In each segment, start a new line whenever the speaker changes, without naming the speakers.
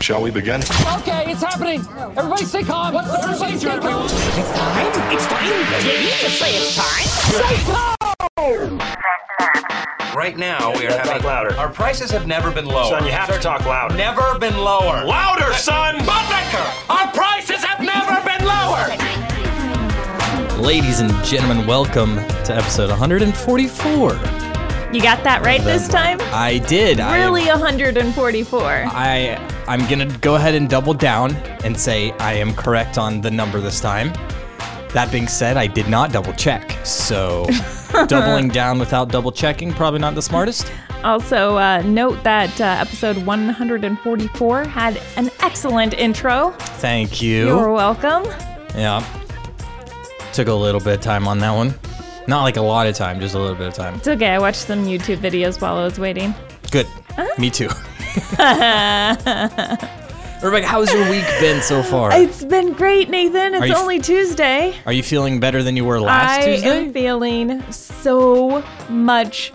Shall we begin?
Okay, it's happening. Everybody stay calm. What's the procedure, everyone?
It's time. It's time. Did you just say it's time?
Right now, we are having.
talk louder.
Our prices have never been lower.
Son, you have to talk louder.
Never been lower.
Louder, son!
Bundecker! Our prices have never been lower!
Ladies and gentlemen, welcome to episode 144.
You got that right this time?
I did.
Really 144.
I, I I'm gonna go ahead and double down and say I am correct on the number this time. That being said, I did not double check, so doubling down without double checking probably not the smartest.
Also, uh, note that uh, episode 144 had an excellent intro.
Thank you.
You're welcome.
yeah. Took a little bit of time on that one. Not like a lot of time, just a little bit of time.
It's okay. I watched some YouTube videos while I was waiting.
Good. Me too. Rebecca, how's your week been so far?
It's been great, Nathan.
Are
It's
you f-
only Tuesday.
Are you feeling better than you were last
I
Tuesday?
am feeling so much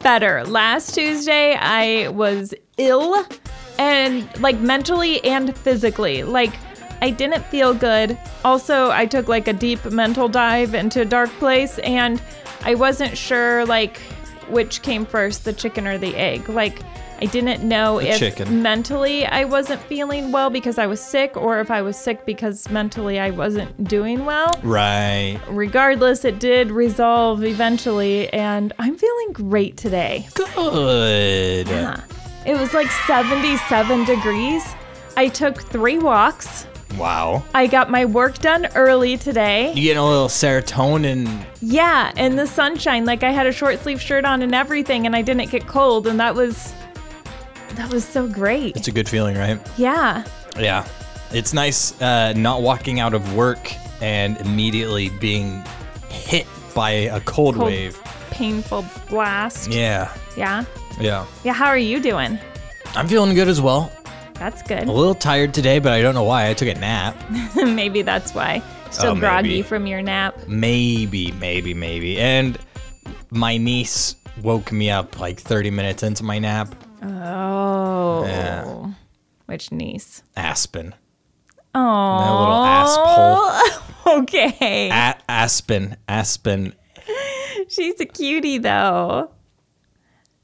better. Last Tuesday, I was ill and like mentally and physically. Like, I didn't feel good. Also, I took like a deep mental dive into a dark place and I wasn't sure like which came first, the chicken or the egg. Like, I didn't know if
chicken.
mentally I wasn't feeling well because I was sick or if I was sick because mentally I wasn't doing well
Right.
regardless, it did resolve eventually, and I'm feeling great today.
Good.
It was like 77 degrees. I took three walks.
Wow.
I got my work done early today.
You getting a little serotonin?
Yeah, in the sunshine, like I had a short sleeve shirt on and everything, and I didn't get cold, and that was that was so great.
It's a good feeling, right?
Yeah.
Yeah. It's nice uh, not walking out of work and immediately being hit by a cold,
Cold,
wave.
Painful blast.
Yeah.
Yeah.
Yeah.
Yeah, how are you doing?
I'm feeling good as well.
That's
A
good.
little tired today, but I don't know why. I took a nap.
maybe that's why. Still
Oh,
groggy
maybe.
from your nap.
Maybe, maybe, maybe. And my niece woke me up like 30 minutes into my nap.
Oh.
Yeah.
Which niece?
Aspen.
Oh.
That little asshole.
Okay.
A- Aspen, Aspen.
She's a cutie though.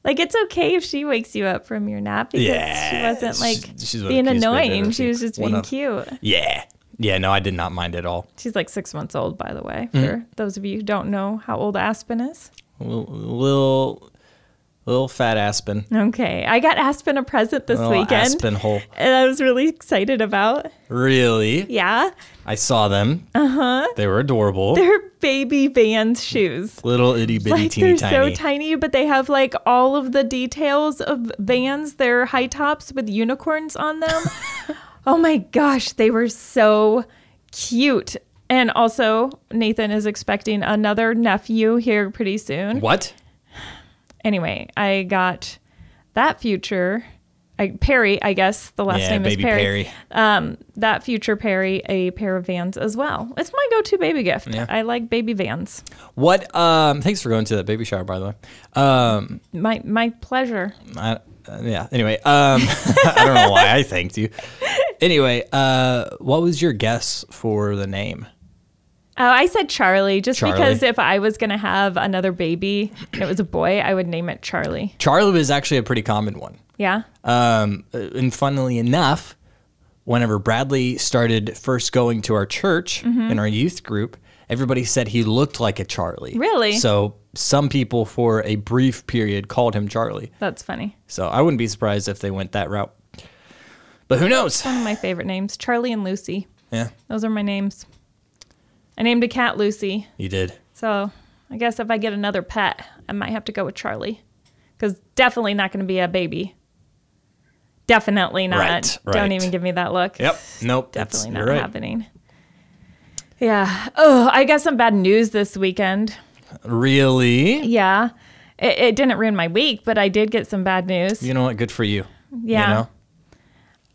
Like it's okay if she wakes you up from your nap because she
Yeah,
wasn't like
she's- she's one of the cutest
being
babies I've
annoying.
ever
She was
seen.
just
One
being
of-
cute.
Yeah. Yeah, no, I did not mind at all.
She's like six months old, by the way. For
Hmm.
those of you who don't know how old Aspen is.
Little, little, little fat Aspen.
Okay, I got Aspen a present this
Little
weekend,
Aspen hole.
and I was really excited about.
Really?
Yeah,
I saw them. Uh huh. They were adorable.
Uh-huh. they're baby Vans shoes.
little itty bitty
like
teeny
they're
tiny.
so tiny but they have like all of the details of vans they're high tops with unicorns on them oh my gosh they were so cute and also nathan is expecting another nephew here pretty soon
what?
anyway i got that future I, perry i guess the last
yeah,
name
baby
is perry. Um,
Perry.
that future perry a pair of vans as well it's my go-to baby gift
Yeah.
i like baby vans
What? Um, thanks for going to that baby shower, by the way. Um,
my my pleasure
I, uh, yeah. Anyway, um, I don't know why I thanked you. Anyway, uh, what was your guess for the name?
Oh, I said Charlie just
Charlie.
because if I was going to have another baby and it was a boy, I would name it Charlie.
Charlie was actually a pretty common one.
Yeah.
Um, and funnily enough, whenever Bradley started first going to our church
Mm-hmm.
in our youth group, everybody said he looked like a Charlie.
Really?
So some people for a brief period called him Charlie.
That's funny.
So I wouldn't be surprised if they went that route. But who knows?
One of my favorite names Charlie and Lucy.
Yeah,
Those are my names. I named a cat Lucy.
you did.
So I guess if I get another pet, I might have to go with Charlie because definitely not going to be a baby. Definitely not.
Right, right.
Don't even give me that look.
Yep. Nope. that's-
Definitely
you're
not
right.
happening. Yeah. Oh, I got some bad news this weekend.
Really?
Yeah. It, it didn't ruin my week, but I did get some bad news.
You know what? Good for you.
Yeah.
You know?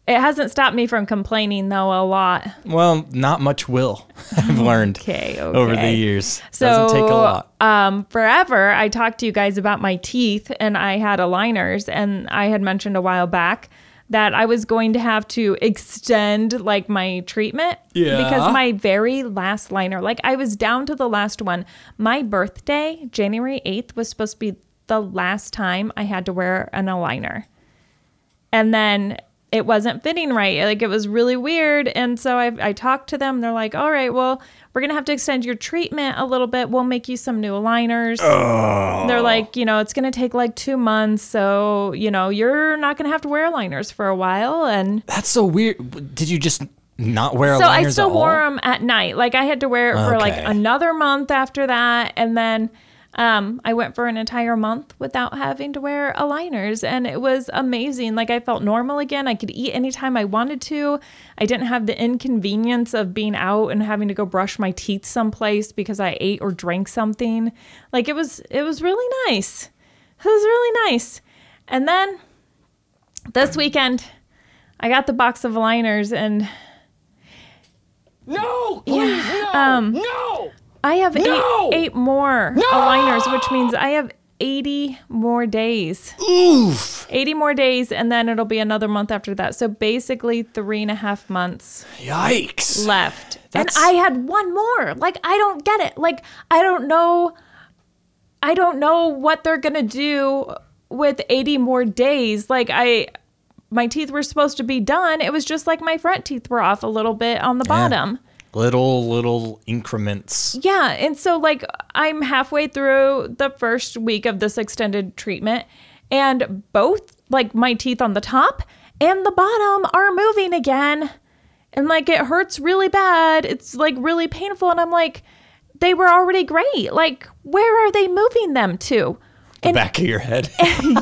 It hasn't stopped me from complaining, though, a lot.
Well, not much will I've learned
Okay. okay.
over the years.
So,
Doesn't take a lot.
Um, forever, I talked to you guys about my teeth, and I had aligners, and I had mentioned a while back that I was going to have to extend like my treatment
Yeah.
because my very last liner, like I was down to the last one. My birthday, January 8th, was supposed to be the last time I had to wear an aligner. And then it wasn't fitting right. Like it was really weird. And so I, I talked to them. They're like, all right, well, we're going to have to extend your treatment a little bit. We'll make you some new aligners. They're like, you know, it's going to take like two months. So, you know, you're not going to have to wear aligners for a while. And
That's so weird. Did you just not wear
so
aligners
I still
at
wore
all?
them at night. Like I had to wear it for like
Okay.
another month after that, and then um, I went for an entire month without having to wear aligners, and it was amazing. Like I felt normal again. I could eat anytime I wanted to. I didn't have the inconvenience of being out and having to go brush my teeth someplace because I ate or drank something. Like it was, it was really nice. It was really nice. And then this weekend, I got the box of aligners and.
No, please, no, no.
um, I have
No!
eight, eight more aligners, which means I have 80 more days. Oof. 80 more days, and then it'll be another month after that. So basically, three and a half months
Yikes.
left.
That's-
And I had one more. Like, I don't get it. Like, I don't know. I don't know what they're going to do with 80 more days. Like, I. My teeth were supposed to be done. It was just like my front teeth were off a little bit on the bottom.
Little little increments.
Yeah. And so, like, I'm halfway through the first week of this extended treatment, and both, like, my teeth on the top and the bottom are moving again. And, like, it hurts really bad. It's, like, really painful. And I'm like, they were already great. Like, where are they moving them to?
The back of your head.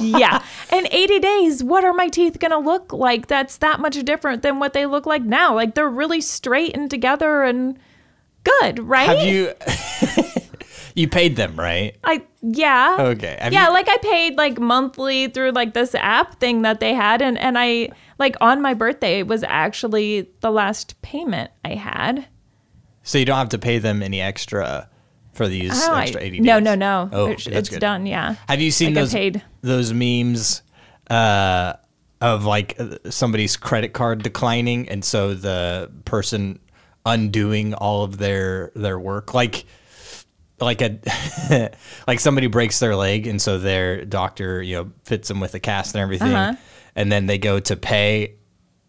yeah. In 80 days, what are my teeth going to look like that's that much different than what they look like now? Like, they're really straight and together and good, right?
Have you You paid them, right?
I yeah.
Okay, have
yeah,
you-
like I paid like monthly through like this app thing that they had and and I like on my birthday was actually the last payment I had.
So you don't have to pay them any extra for these
Oh, I-
extra 80 days.
no, no, no.
Oh,
It's-
that's
it's
good.
done, yeah.
Have you seen
Like, I
those
paid.
those memes uh, of like uh, somebody's credit card declining, and so the person undoing all of their their work, like like a like somebody breaks their leg, and so their doctor you know fits them with a cast and everything,
Uh-huh.
and then they go to pay,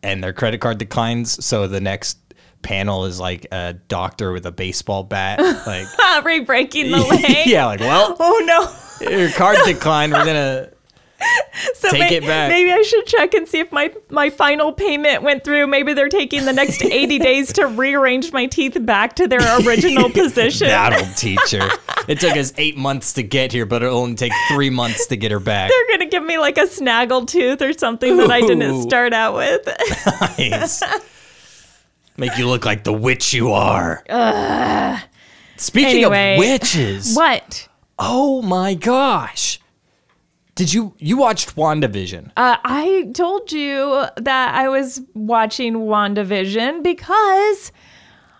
and their credit card declines, so the next panel is like a doctor with a baseball bat like
Re-breaking the leg.
yeah like well
Oh no.
your card declined. We're gonna.
So
Take
may-
it back.
Maybe I should check and see if my my final payment went through. Maybe they're taking the next 80 days to rearrange my teeth back to their original position.
That'll teach her. It took us eight months to get here, but it'll only take three months to get her back.
They're going to give me like a snaggle tooth or something that I didn't
Ooh.
start out with.
Nice. Make you look like the witch you are. Speaking
Anyway.
of witches,
what?
oh my gosh! Did you you watched WandaVision?
Uh, I told you that I was watching WandaVision because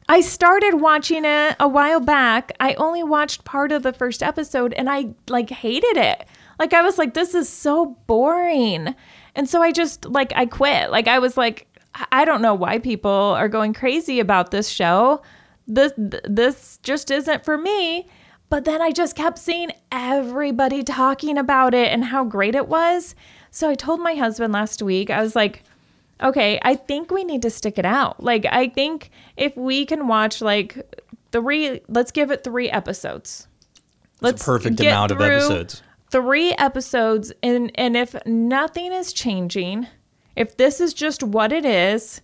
I started watching it a while back. I only watched part of the first episode and I like hated it. Like I was like, this is so boring. And so I just like I quit. Like I was like, I- I don't know why people are going crazy about this show. This th- this just isn't for me. But then I just kept seeing everybody talking about it and how great it was. So I told my husband last week, I was like, okay, I think we need to stick it out. Like, I think if we can watch like three, let's give it three episodes. Let's
perfect
get
amount of
through
episodes.
Three episodes, and and if nothing is changing, if this is just what it is,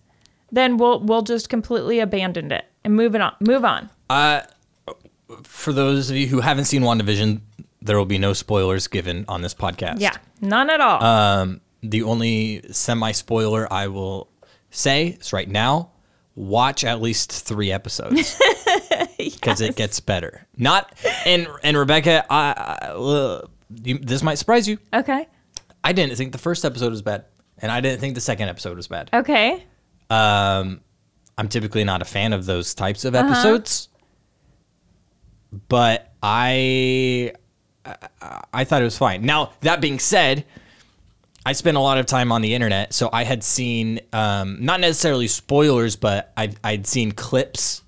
then we'll we'll just completely abandon it and move it on. Move on.
For those of you who haven't seen WandaVision, there will be no spoilers given on this podcast.
Yeah, none at all.
Uh, the only semi spoiler I will say is right now watch at least three episodes because it gets better not and and rebecca i, I uh, you, this might surprise you
okay.
i didn't think the first episode was bad and i didn't think the second episode was bad
Okay.
i'm typically not a fan of those types of episodes but I, I i thought it was fine now that being said I spent a lot of time on the internet, so I had seen um, not necessarily spoilers, but I I'd seen clips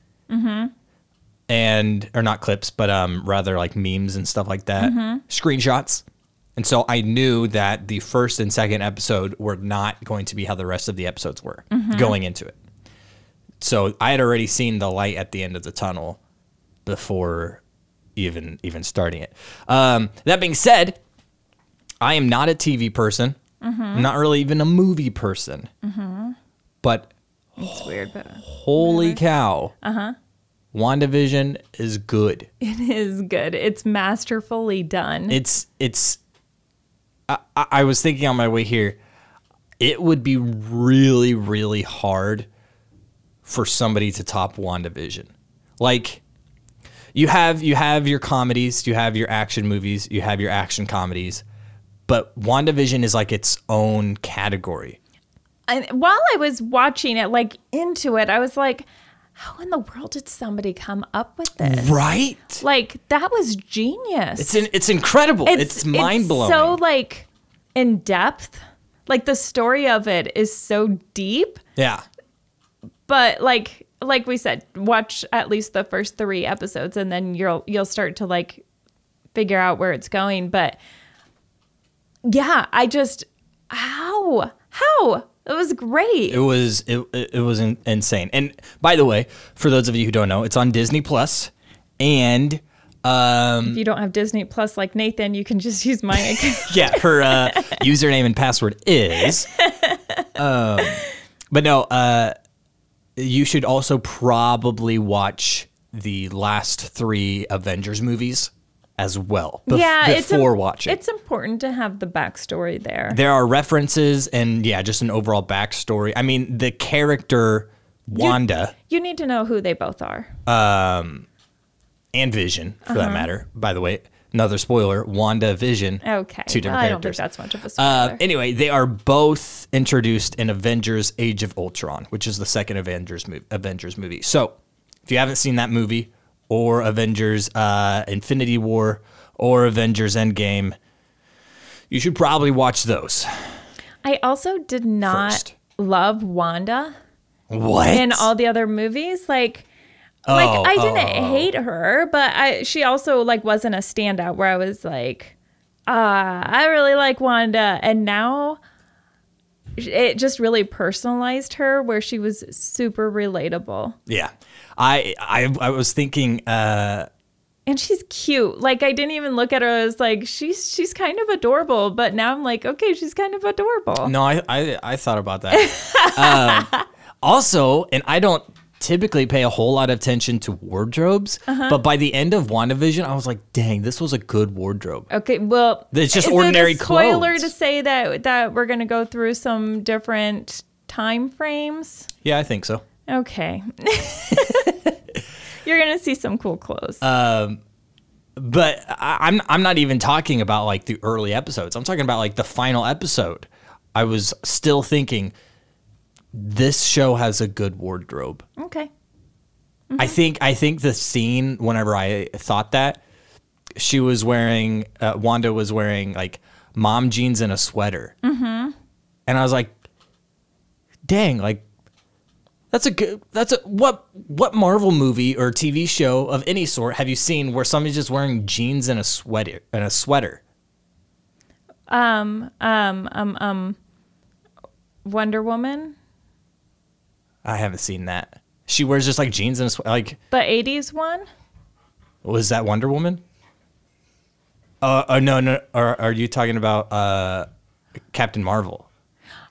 and or not clips, but um, rather like memes and stuff like that, screenshots. And so I knew that the first and second episode were not going to be how the rest of the episodes were going into it. So I had already seen the light at the end of the tunnel before even even starting it. Um, that being said, I am not a TV person. I'm not really even a movie person. But
It's weird, but
holy cow, uh-huh. WandaVision is good.
it is good. It's masterfully done.
It's it's. I, I I was thinking on my way here, it would be really really hard for somebody to top WandaVision. Like you have you have your comedies, you have your action movies, you have your action comedies, but WandaVision is like its own category.
and while I was watching it, like into it, I was like, how in the world did somebody come up with this?
Right?
Like that was genius.
It's in, it's incredible. It's, mind blowing.
So like in depth. Like the story of it is so deep,
yeah.
but like like we said, watch at least the first 3 episodes and then you'll you'll start to like figure out where it's going, but yeah, I just how how it was great.
It was it, it it was in, insane. And by the way, for those of you who don't know, it's on Disney Plus, and um,
if you don't have Disney Plus like Nathan, you can just use my account.
yeah, her uh, username and password is. Um, but no, uh, you should also probably watch the last three Avengers movies as well. bef-
yeah, it's im-
before watching.
It's important to have the backstory there.
there are references and yeah, just an overall backstory. I mean, the character Wanda.
you need to know who they both are.
and Vision, for
Uh-huh.
that matter. By the way, another spoiler: Wanda, Vision.
Okay.
two different
well, I don't
characters.
think that's much of a spoiler.
uh, anyway, they are both introduced in Avengers: Age of Ultron, which is the second Avengers movie. Avengers movie. So, if you haven't seen that movie, or Avengers: uh, Infinity War, or Avengers: Endgame, you should probably watch those
I also did not
First.
love Wanda
What?
in all the other movies. Like, like
Oh,
I
oh,
didn't hate her, but I she also like wasn't a standout where I was like, ah, I really like Wanda, and now it just really personalized her where she was super relatable
yeah, I, I I was thinking. Uh,
and she's cute like i didn't even look at her i was like she's she's kind of adorable but now i'm like okay she's kind of adorable
No, I I, I thought about that. um, also, and I don't typically pay a whole lot of attention to wardrobes, but by the end of WandaVision, I was like, dang, this was a good wardrobe.
Okay, well,
It's just
is
ordinary
it a spoiler
clothes.
to say that that we're gonna go through some different time frames.
Yeah, I think so.
Okay, you're gonna see some cool clothes.
Uh, But I, I'm I'm not even talking about like the early episodes. I'm talking about like the final episode. I was still thinking this show has a good wardrobe.
okay,
I think I think the scene whenever I thought that she was wearing uh, Wanda was wearing like mom jeans and a sweater, mm-hmm. and I was like, "Dang, like that's a good that's a what what Marvel movie or TV show of any sort have you seen where somebody's just wearing jeans and a sweater and a sweater?"
Wonder Woman,
I haven't seen that. She wears just like jeans and a sweater. Like,
the '80s one.
was that Wonder Woman? Uh, uh no, no. Are are you talking about uh, Captain Marvel?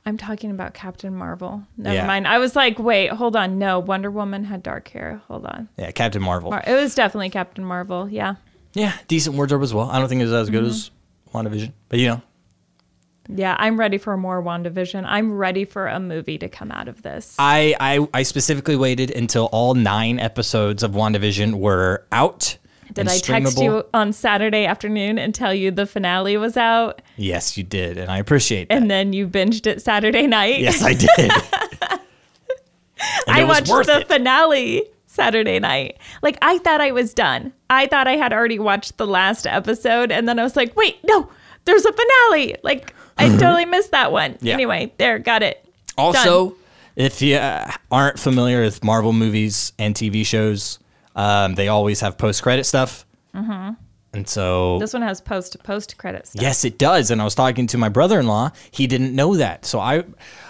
I'm talking about Captain Marvel. Never
Yeah.
mind. I was like, wait, hold on. No, Wonder Woman had dark hair. Hold on.
Yeah, Captain Marvel.
Mar- It was definitely Captain Marvel. Yeah,
Yeah, decent wardrobe as well. I don't think it was as good as
Mm-hmm.
WandaVision, but you know,
yeah. I'm ready for more WandaVision. I'm ready for a movie to come out of this.
I, I I specifically waited until all nine episodes of WandaVision were out.
Did
and
I text
streamable.
you on Saturday afternoon and tell you the finale was out
Yes, you did, and I appreciate that.
and then you binged it Saturday night?
yes, I did. And
I
it was
watched
worth
the
it.
finale Saturday night. Like I thought I was done. I thought I had already watched the last episode and then I was like, "Wait, no. There's a finale." Like I totally missed that one.
Mm-hmm. Yeah.
Anyway, there, got it.
Also, if you uh, aren't familiar with Marvel movies and TV shows, um, they always have post-credit stuff. Mm-hmm. And so,
This one has post post credit stuff.
yes, it does. And I was talking to my brother-in-law; he didn't know that. So I,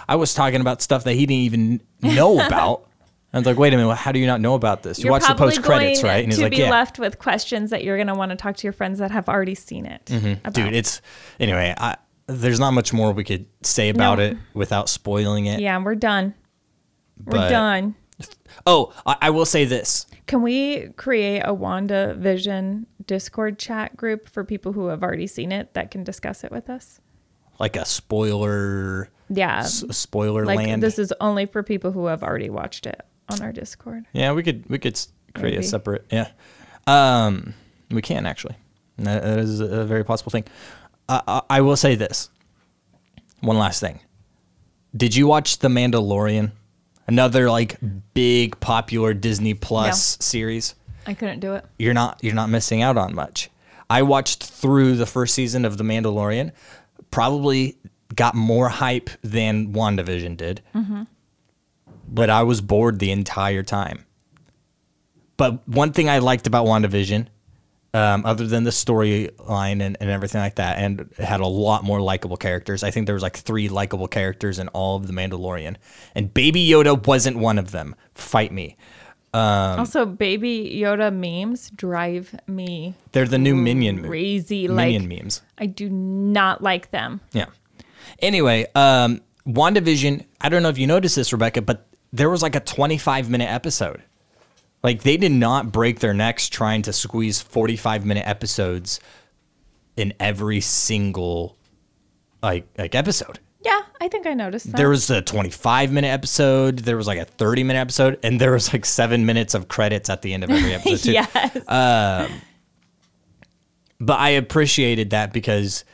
I was talking about stuff that he didn't even know about. I was like, "Wait a minute, how do you not know about this? You
You're
watch the
probably
post-credits,
going
right?" And he's
to
like,
be
"Yeah."
left with questions that you're going to want to talk to your friends that have already seen it.
Mm-hmm.
about.
dude it's anyway I, there's not much more we could say about it without spoiling it
Yeah, we're done. We're
But-
done.
oh I, I will say this
Can we create a Wanda Vision Discord chat group for people who have already seen it that can discuss it with us?
like a spoiler
Yeah.
s- spoiler
like
land
this is only for people who have already watched it on our Discord.
yeah we could we could s- create
Maybe.
a separate yeah um we can actually that, that is a very possible thing I, I, I will say this one last thing did you watch the mandalorian another like big popular disney plus series
I couldn't do it.
you're not you're not missing out on much. I watched through the first season of The Mandalorian, probably got more hype than WandaVision did. But I was bored the entire time. But one thing I liked about WandaVision, um, other than the storyline and, and everything like that, and it had a lot more likable characters. I think there was like three likable characters in all of The Mandalorian. And Baby Yoda wasn't one of them. Fight me. Um,
also, Baby Yoda memes drive me
They're the new Minion mo-
crazy. Like,
Minion memes.
I do not like them.
Yeah. Anyway, um, WandaVision, I don't know if you noticed this, Rebecca, but there was like a 25 minute episode. Like they did not break their necks trying to squeeze 45 minute episodes in every single like like episode.
Yeah, I think I noticed that.
There was a 25 minute episode, there was like a 30 minute episode, and there was like 7 minutes of credits at the end of every episode too
yes.
but I appreciated that because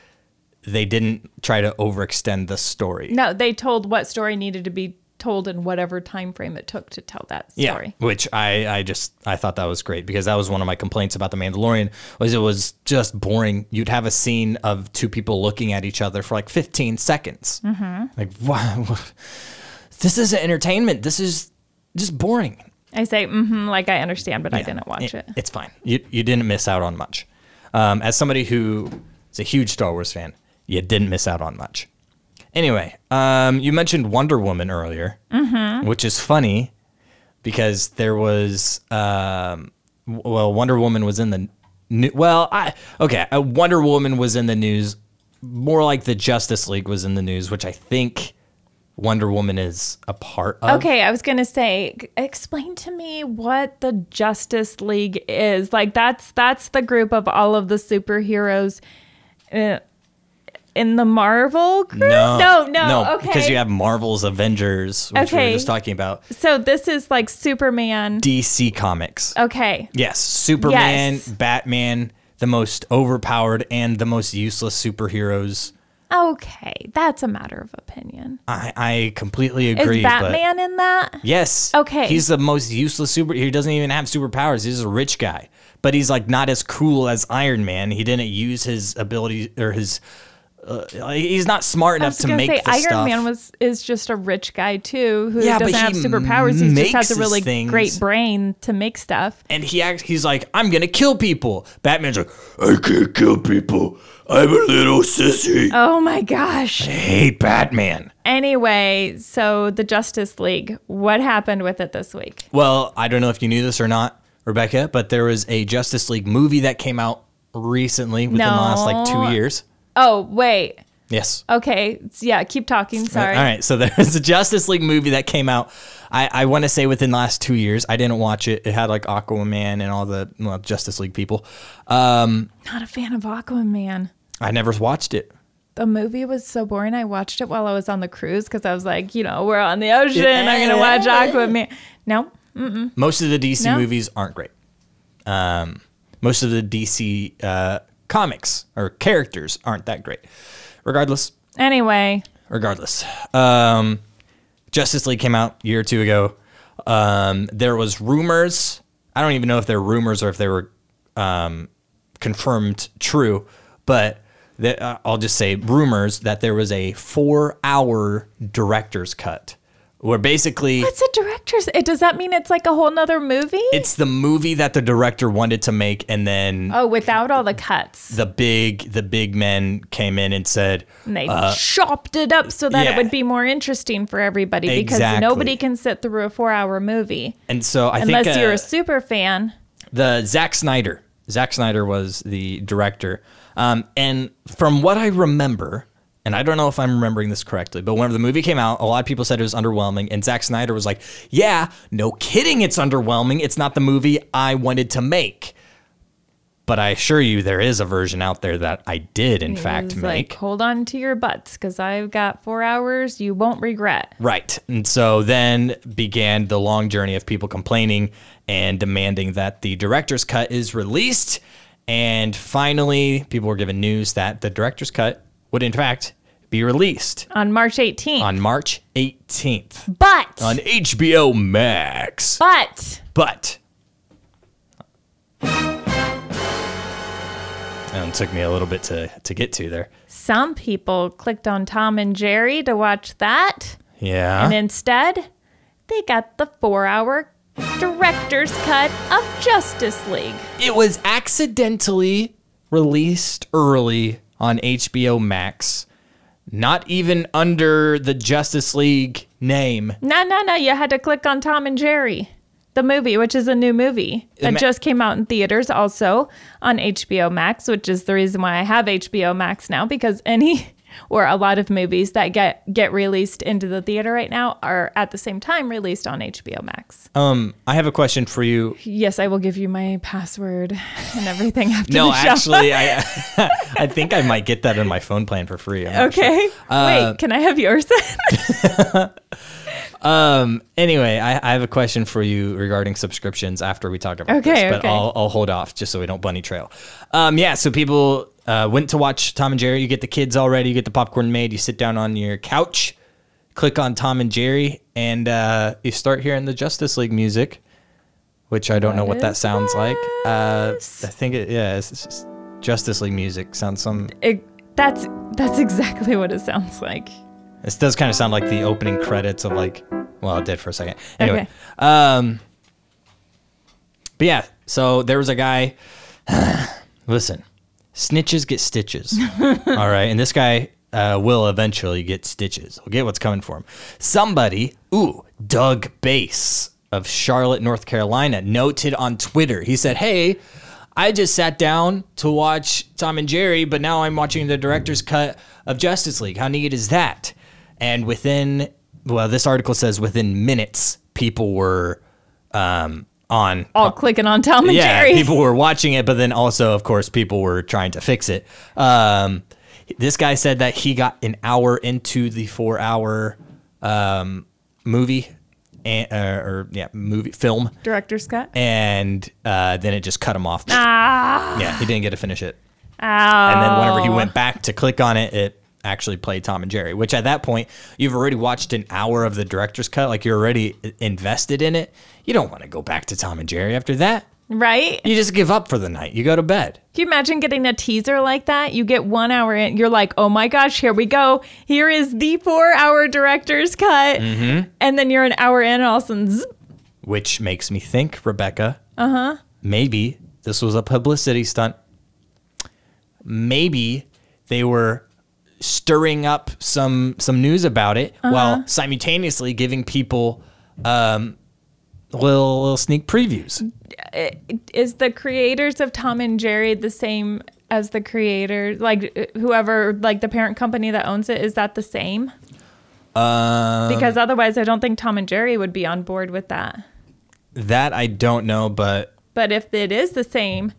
they didn't try to overextend the story.
No, they told what story needed to be told in whatever time frame it took to tell that
Yeah,
story.
which I I just I thought that was great because that was one of my complaints about the Mandalorian was it was just boring. You'd have a scene of two people looking at each other for like 15 seconds. Like wow, this isn't entertainment. This is just boring.
I say, mm-hmm, like I understand, but I didn't watch
Yeah,
it.
It's fine. You you didn't miss out on much. Um, as somebody who is a huge Star Wars fan, you didn't miss out on much. Anyway, um, you mentioned Wonder Woman earlier,
Mm-hmm.
which is funny because there was um, w- well, Wonder Woman was in the new, well, I okay, uh, Wonder Woman was in the news more like the Justice League was in the news, which I think Wonder Woman is a part of.
Okay, I was gonna say, g- explain to me what the Justice League is. Like that's that's the group of all of the superheroes. Uh, in the Marvel group? no, no, okay.
Because you have Marvel's Avengers, which we
Okay.
were just talking about.
so this is like Superman.
DC Comics.
okay.
Yes, Superman,
Oh. Yes.
Batman, the most overpowered and the most useless superheroes.
Okay. That's a matter of opinion.
I, I completely
Is
agree. but-
Batman in that?
yes.
Okay.
He's the most useless super. He doesn't even have superpowers. He's a rich guy, but he's like not as cool as Iron Man. He didn't use his ability or his. Uh, he's not smart
I
enough
was
to
gonna
make
say
the
Iron
stuff.
Man was is just a rich guy too who
Yeah, but
doesn't have
he
superpowers. He just
makes
has a
his
really
things.
great brain to make stuff.
and he act, he's like, I'm gonna kill people. Batman's like,
I can't kill people. I'm a little sissy.
Oh my gosh.
hate Batman.
Anyway, so the Justice League, what happened with it this week?
Well, I don't know if you knew this or not, Rebecca, but there was a Justice League movie that came out recently within the last like
No.
two years.
Oh, wait.
Yes.
Okay. Yeah, keep talking. Sorry.
All right. So there's a Justice League movie that came out. I, I want to say within the last two years. I didn't watch it. It had like Aquaman and all the well, Justice League people. Um,
Not a fan of Aquaman.
I never watched it.
The movie was so boring. I watched it while I was on the cruise because I was like, you know, we're on the ocean. I'm going to watch Aquaman. No.
Most of the DC
No?
movies aren't great. Um, most of the DC uh, comics or characters aren't that great. Regardless,
Anyway,
regardless. Um, Justice League came out a year or two ago. Um, there was rumors. I don't even know if they're rumors or if they were um, confirmed true, but that uh, I'll just say rumors that there was a four-hour director's cut, where basically
It's a director's. It, does that mean it's like a whole nother movie?
it's the movie that the director wanted to make, and then
oh, without all the cuts.
the big the big men came in and said,
And they chopped it up so that
Uh, yeah.
it would be more interesting for everybody because
Exactly.
nobody can sit through a four hour movie
and so I
unless
think uh,
you're a super fan.
the Zack Snyder. Zack Snyder was the director. Um, and from what I remember, and I don't know if I'm remembering this correctly, but when the movie came out, a lot of people said it was underwhelming. And Zack Snyder was like, Yeah, no kidding, it's underwhelming. It's not the movie I wanted to make. But I assure you, there is a version out there that I did, in fact,
It's
make.
like, hold on to your butts because I've got four hours you won't regret.
Right. And so then began the long journey of people complaining and demanding that the director's cut is released. And finally, people were given news that the director's cut would, in fact, be released
On March 18th.
on March 18th
but,
on HBO Max.
but,
But. And it took me a little bit to, to get to there.
some people clicked on Tom and Jerry to watch that.
Yeah.
And instead, they got the four hour director's cut of Justice League.
It was accidentally released early on HBO Max, not even under the Justice League name.
No, no, no. You had to click on Tom and Jerry, the movie, which is a new movie that
Ima-
just came out in theaters, also on HBO Max, which is the reason why I have HBO Max now because any or a lot of movies that get get released into the theater right now are at the same time released on HBO Max.
I have a question for you.
Yes, I will give you my password and everything after
No,
the show.
actually, I I think I might get that in my phone plan for free. I'm not sure.
okay.
uh,
Wait, can I have yours?
Anyway, I, I have a question for you regarding subscriptions after we talk about
Okay,
this, but
okay.
I'll, I'll hold off just so we don't bunny trail. Um, yeah, so people uh, went to watch Tom and Jerry. You get the kids all ready, you get the popcorn made, you sit down on your couch, click on Tom and Jerry, and uh, you start hearing the Justice League music, which I don't know what that
is
sounds like. Uh, I think it, yeah, it's, it's just Justice League music sounds some.
It- that's that's exactly what it sounds like.
This does kind of sound like the opening credits of like, well, it did for a second. Anyway, um,
Okay.
But yeah, so there was a guy. listen, snitches get stitches. all right, and this guy uh, will eventually get stitches. He'll get what's coming for him. Somebody, ooh, Doug Bass of Charlotte, North Carolina, noted on Twitter. He said, "Hey." I just sat down to watch Tom and Jerry, but now I'm watching the director's cut of Justice League. How neat is that? And within, well, this article says within minutes, people were um, on
All clicking on Tom and
yeah,
Jerry.
people were watching it, but then also, of course, people were trying to fix it. Um, this guy said that he got an hour into the four-hour um, movie, and, uh, or yeah, movie film,
Director Scott.
and uh, then it just cut him off. Yeah, he didn't get to finish it.
Ow.
And then whenever he
Oh,
went back to click on it, it actually played Tom and Jerry, which at that point, you've already watched an hour of the director's cut. Like you're already i- invested in it. You don't want to go back to Tom and Jerry after that.
Right? Can
You just give up for the night. You go to bed.
you imagine getting a teaser like that? You get one hour in, you're like, oh my gosh, here we go. Here is the four hour director's cut.
Mm-hmm.
And then you're an hour in, and all of a sudden, zzz,
Which makes me think, Rebecca. Uh huh. Maybe this was a publicity stunt. Maybe they were stirring up some some news about it while simultaneously giving people um, little little sneak previews.
is the creators of Tom and Jerry the same as the creator? Like, uh, whoever, like the parent company that owns it, is that the same?
Um,
because otherwise, I don't think Tom and Jerry would be on board with that.
That I don't know, but
But if it is the same,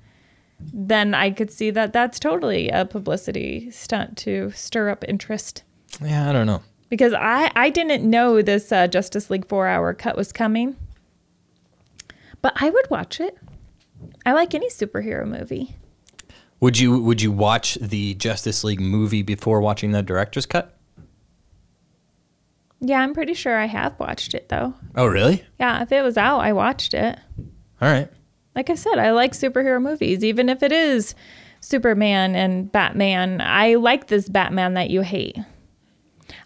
then I could see that that's totally a publicity stunt to stir up interest.
yeah, I don't know.
Because I, I didn't know this uh, Justice League four hour cut was coming, but I would watch it. I like any superhero movie.
Would you would you watch the Justice League movie before watching the director's cut?
Yeah, I'm pretty sure I have watched it though.
Oh, really?
Yeah, if it was out, I watched it.
All right.
Like I said, I like superhero movies, even if it is Superman and Batman. I like this Batman that you hate.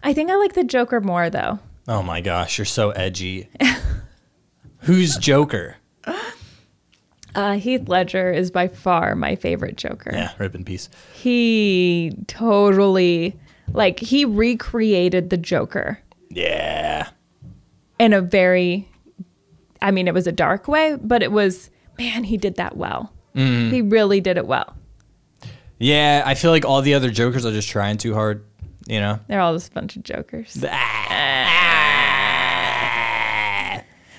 I think I like the Joker more though.
Oh my gosh, you're so edgy. Who's Joker?
Uh, Heath Ledger is by far my favorite Joker.
Yeah, rip in peace.
He totally like he recreated the Joker
Yeah.
in a very I mean it was a dark way, but it was man, he did that well. He really did it well.
Yeah, I feel like all the other Jokers are just trying too hard, you know?
They're all just a bunch of jokers.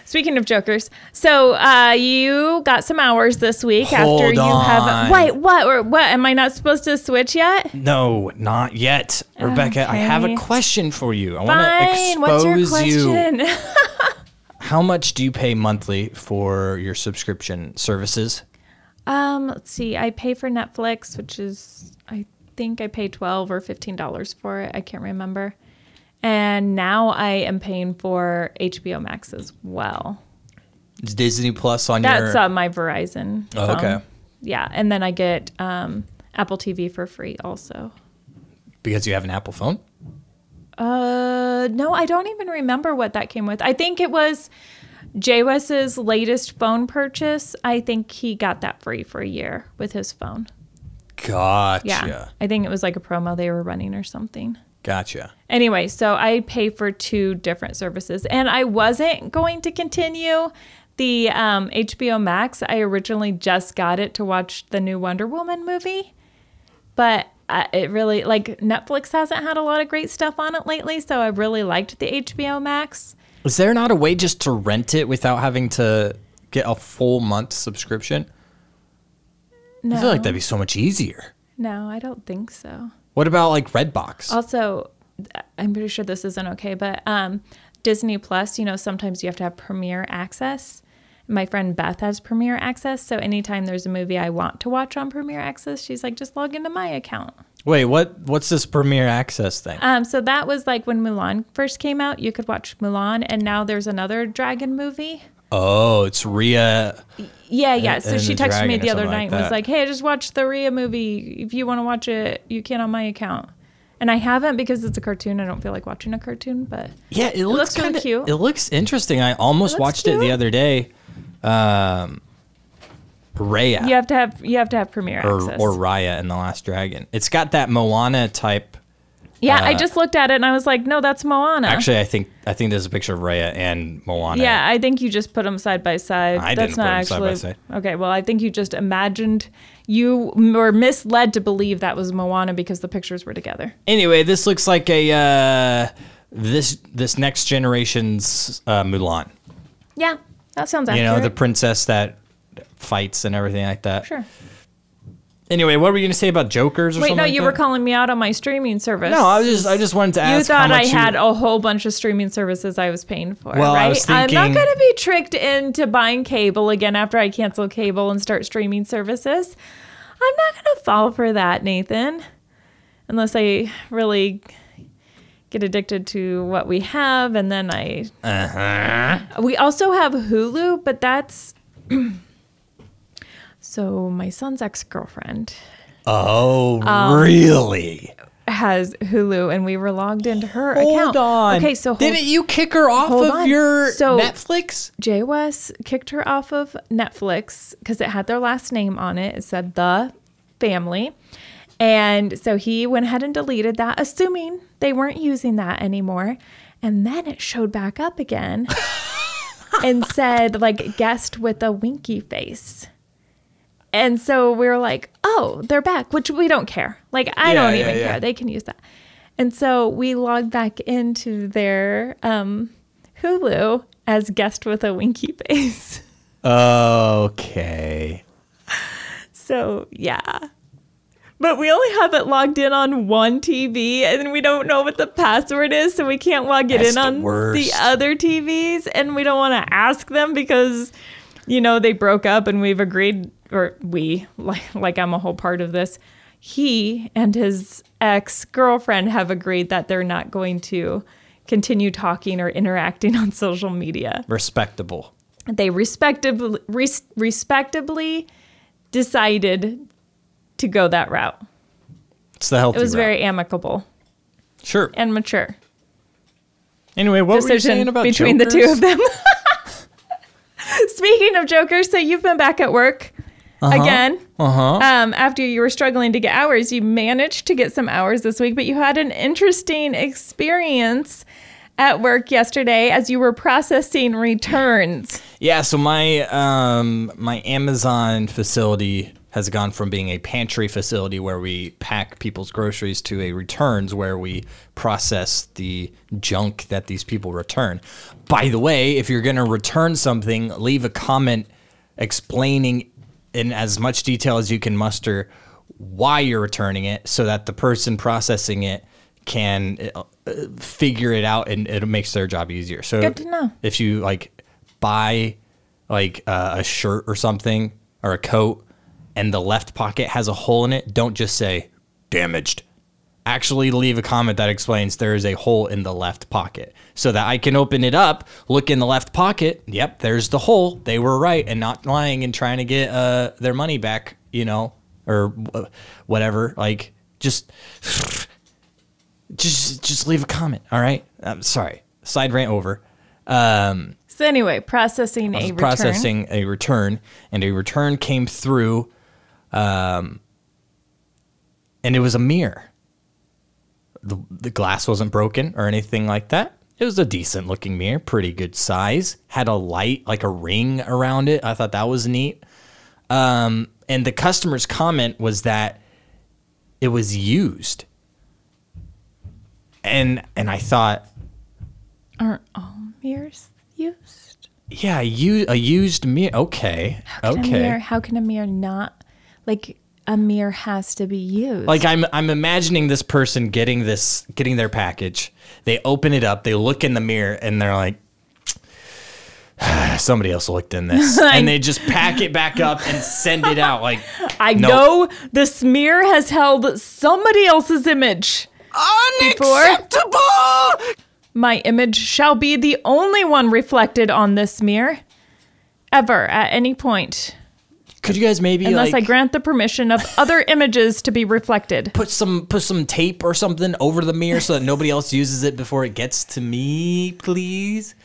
Speaking of jokers, so uh, you got some hours this week after
Hold
you
on.
have. Wait, what? Or what? Am I not supposed to switch yet?
No, not yet. Rebecca, I have a
Okay.
question for you. I want to
Fine. What's your
expose you.
question?
How much do you pay monthly for your subscription services?
um, let's see. I pay for Netflix, which is I think I pay twelve or fifteen dollars for it. I can't remember. And now I am paying for HBO Max as well.
Is Disney Plus on
That's um,
your
on my Verizon.
Oh, okay.
phone. Yeah, and then I get um, Apple TV for free also.
because you have an Apple phone?
Uh, no, I don't even remember what that came with. I think it was JWS's latest phone purchase. I think he got that free for a year with his phone.
Gotcha.
Yeah. I think it was like a promo they were running or something.
Gotcha.
Anyway, so I pay for two different services, and I wasn't going to continue the um, HBO Max. I originally just got it to watch the new Wonder Woman movie, but uh, it really like Netflix hasn't had a lot of great stuff on it lately, so I really liked the HBO Max.
Is there not a way just to rent it without having to get a full month subscription?
No,
I feel like that'd be so much easier.
no, I don't think so.
What about like Redbox?
Oh. Also, th- I'm pretty sure this isn't okay, but um, Disney Plus, you know, sometimes you have to have premiere access. My friend Beth has premiere access, so anytime there's a movie I want to watch on premiere access, she's like, just log into my account.
Wait, what? What's this Premiere Access thing?
Um, so that was like when Mulan first came out, you could watch Mulan, and now there's another dragon movie.
oh, it's Ria.
Yeah, yeah. So
and
she
the
texted
dragon
me
or
the other
something
night
like
and was
that.
like, "Hey, I just watched the Rhea movie. If you want to watch it, you can on my account." And I haven't because it's a cartoon. I don't feel like watching a cartoon, but
Yeah, it,
looks
looks,
really
kind of
cute.
It looks interesting. I almost
looks
watched it the
cute.
other day. Um, Raya
you have to have you have to have premiere
or,
access.
or Raya and the Last Dragon. It's got that Moana type.
Uh-huh. yeah, I just looked at it and I was like, "No, that's Moana."
uh, Actually, I think I think there's a picture of Raya and Moana.
yeah, I think you just put them side by side.
I
that's
didn't put
not
'em side by
actually
side.
okay. Well, I think you just imagined you were misled to believe that was Moana because the pictures were together.
Anyway, this looks like a uh, this this next generation's uh, Mulan.
Yeah, that sounds
You
accurate.
know, the princess that fights and everything like that.
sure.
Anyway, what were you gonna say about Jokers or
Wait,
something?
no,
like
you
that?
were calling me out on my streaming service.
No, I was just I just wanted to
You
ask. how
thought I
much
had
You,
a whole bunch of streaming services I was paying for,
Well,
right?
I was
am
thinking-
not going to be tricked into buying cable again after I cancel cable and start streaming services. I'm not going to fall for that, Nathan, unless I really get addicted to what we have, and then I. Uh-huh. We also have Hulu, but that's. so my son's ex girlfriend
oh,
um,
really?
has Hulu, and we were logged into her account.
Hold on.
Okay, so hold
didn't you kick her off
hold
of
on.
your
So-
Netflix?
Jay Wes kicked her off of Netflix because it had their last name on it. It said the family. And so he went ahead and deleted that, assuming they weren't using that anymore. And then it showed back up again and said, like, guest with a winky face. And so we were like, oh, they're back, which we don't care. Like,
Yeah,
I don't
yeah,
even
yeah.
care. They can use that. And so we logged back into their um, Hulu as guest with a winky face.
Okay.
So, yeah. But we only have it logged in on one TV and we don't know what the password is, so we can't log it
That's
in
the
on the
worst.
other TVs and we don't want to ask them because you know, they broke up and we've agreed or we like like I'm a whole part of this. He and his ex-girlfriend have agreed that they're not going to continue talking or interacting on social media
Respectable.
they respectably res- respectably decided to go that route.
It's the healthy
It was
route.
very amicable
sure.
and mature
Anyway, what were you saying
decision
about
between the two
jokers?
of them. Speaking of jokers, so you've been back at work again. Uh-huh. Um, after you were struggling to get hours, you managed to get some hours this week, but you had an interesting experience at work yesterday as you were processing returns.
Yeah, so my um, my Amazon facility has gone from being a pantry facility where we pack people's groceries to a returns where we process the junk that these people return. By the way, if you're going to return something, leave a comment explaining in as much detail as you can muster why you're returning it so that the person processing it can uh, figure it out and it makes their job easier. So
Good to know.
if you like buy like uh, a shirt or something or a coat and the left pocket has a hole in it, don't just say damaged. Actually, leave a comment that explains there is a hole in the left pocket so that I can open it up, look in the left pocket. Yep, there's the hole. They were right and not lying and trying to get uh, their money back, you know, or uh, whatever. Like, just just just leave a comment. All right. I'm sorry. Side rant over.
So anyway, processing a return.
processing a return, and a return came through, um, and it was a mirror. The, the glass wasn't broken or anything like that. It was a decent looking mirror, pretty good size. Had a light, like a ring around it. I thought that was neat. Um, and the customer's comment was that it was used. And and I thought,
Aren't all mirrors used?
yeah, you a used mirror. Okay,
Can A mirror,
okay.
how can a mirror not like a mirror has to be used?
Like I'm I'm imagining this person getting this getting their package. They open it up, they look in the mirror and they're like somebody else looked in this. and they just pack it back up and send it out like
I
No.
know the smear has held somebody else's image. Unacceptable! My image shall be the only one reflected on this smear ever at any point,
could you guys maybe
unless
like
I grant the permission of other images to be reflected.
put some put some tape or something over the mirror so that nobody else uses it before it gets to me, please.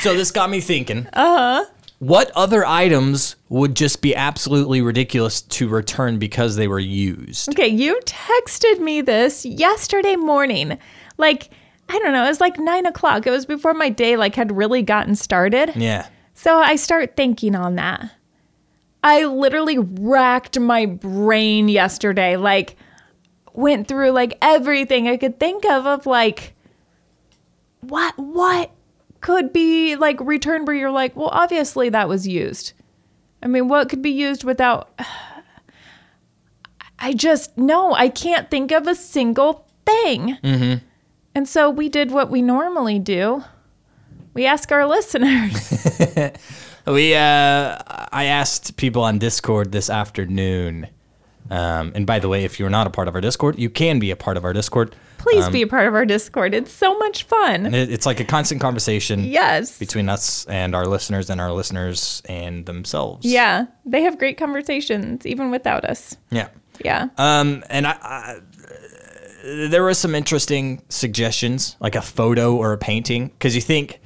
So this got me thinking. Uh-huh. What other items would just be absolutely ridiculous to return because they were used?
Okay, you texted me this yesterday morning. Like, I don't know, it was like nine o'clock. It was before my day like had really gotten started.
Yeah.
So I start thinking on that. I literally racked my brain yesterday, like went through like everything I could think of of like what what could be like returned where you're like, well, obviously that was used. I mean, what could be used without I just no, I can't think of a single thing. And so we did what we normally do. We ask our listeners.
We uh, I asked people on Discord this afternoon. Um, and by the way, if you're not a part of our Discord, you can be a part of our Discord.
Please be a part of our Discord. It's so much fun.
Um, It- It's like a constant conversation
Yes.
between us and our listeners and our listeners and themselves.
Yeah. They have great conversations even without us.
Yeah.
Yeah.
Um, and I, I, there were some interesting suggestions, like a photo or a painting, because you think,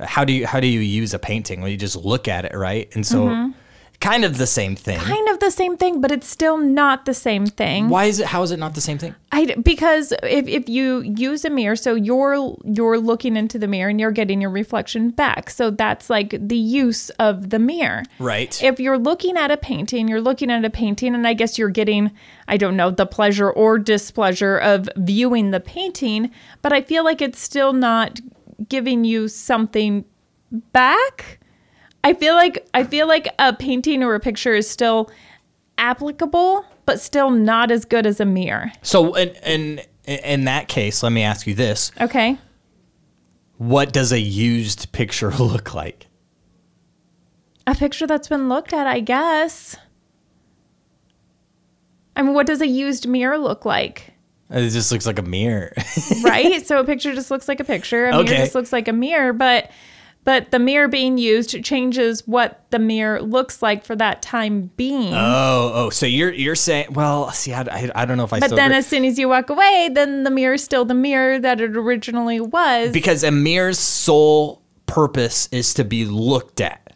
how do you how do you use a painting? Well, you just look at it, right? And so, kind of the same thing.
Mm-hmm. kind of the same thing, but it's still not the same thing.
Why is it? How is it not the same thing?
I because if, if you use a mirror, so you're you're looking into the mirror and you're getting your reflection back. So that's like the use of the mirror.
Right.
If you're looking at a painting, you're looking at a painting and I guess you're getting I don't know, the pleasure or displeasure of viewing the painting, but I feel like it's still not giving you something back. I feel like I feel like a painting or a picture is still applicable but still not as good as a mirror.
So, in, in in that case, let me ask you this:
Okay.
What does a used picture look like?
A picture that's been looked at, I guess. I mean, what does a used mirror look like?
It just looks like a mirror.
Right? so a picture just looks like a picture. A mirror
Okay.
just looks like a mirror, but but the mirror being used changes what the mirror looks like for that time being.
Oh, oh, so you're you're saying? Well, see, I, I, I don't know if I.
but
still
then
agree.
as soon as you walk away, then the mirror is still the mirror that it originally was.
because Amir's sole purpose is to be looked at,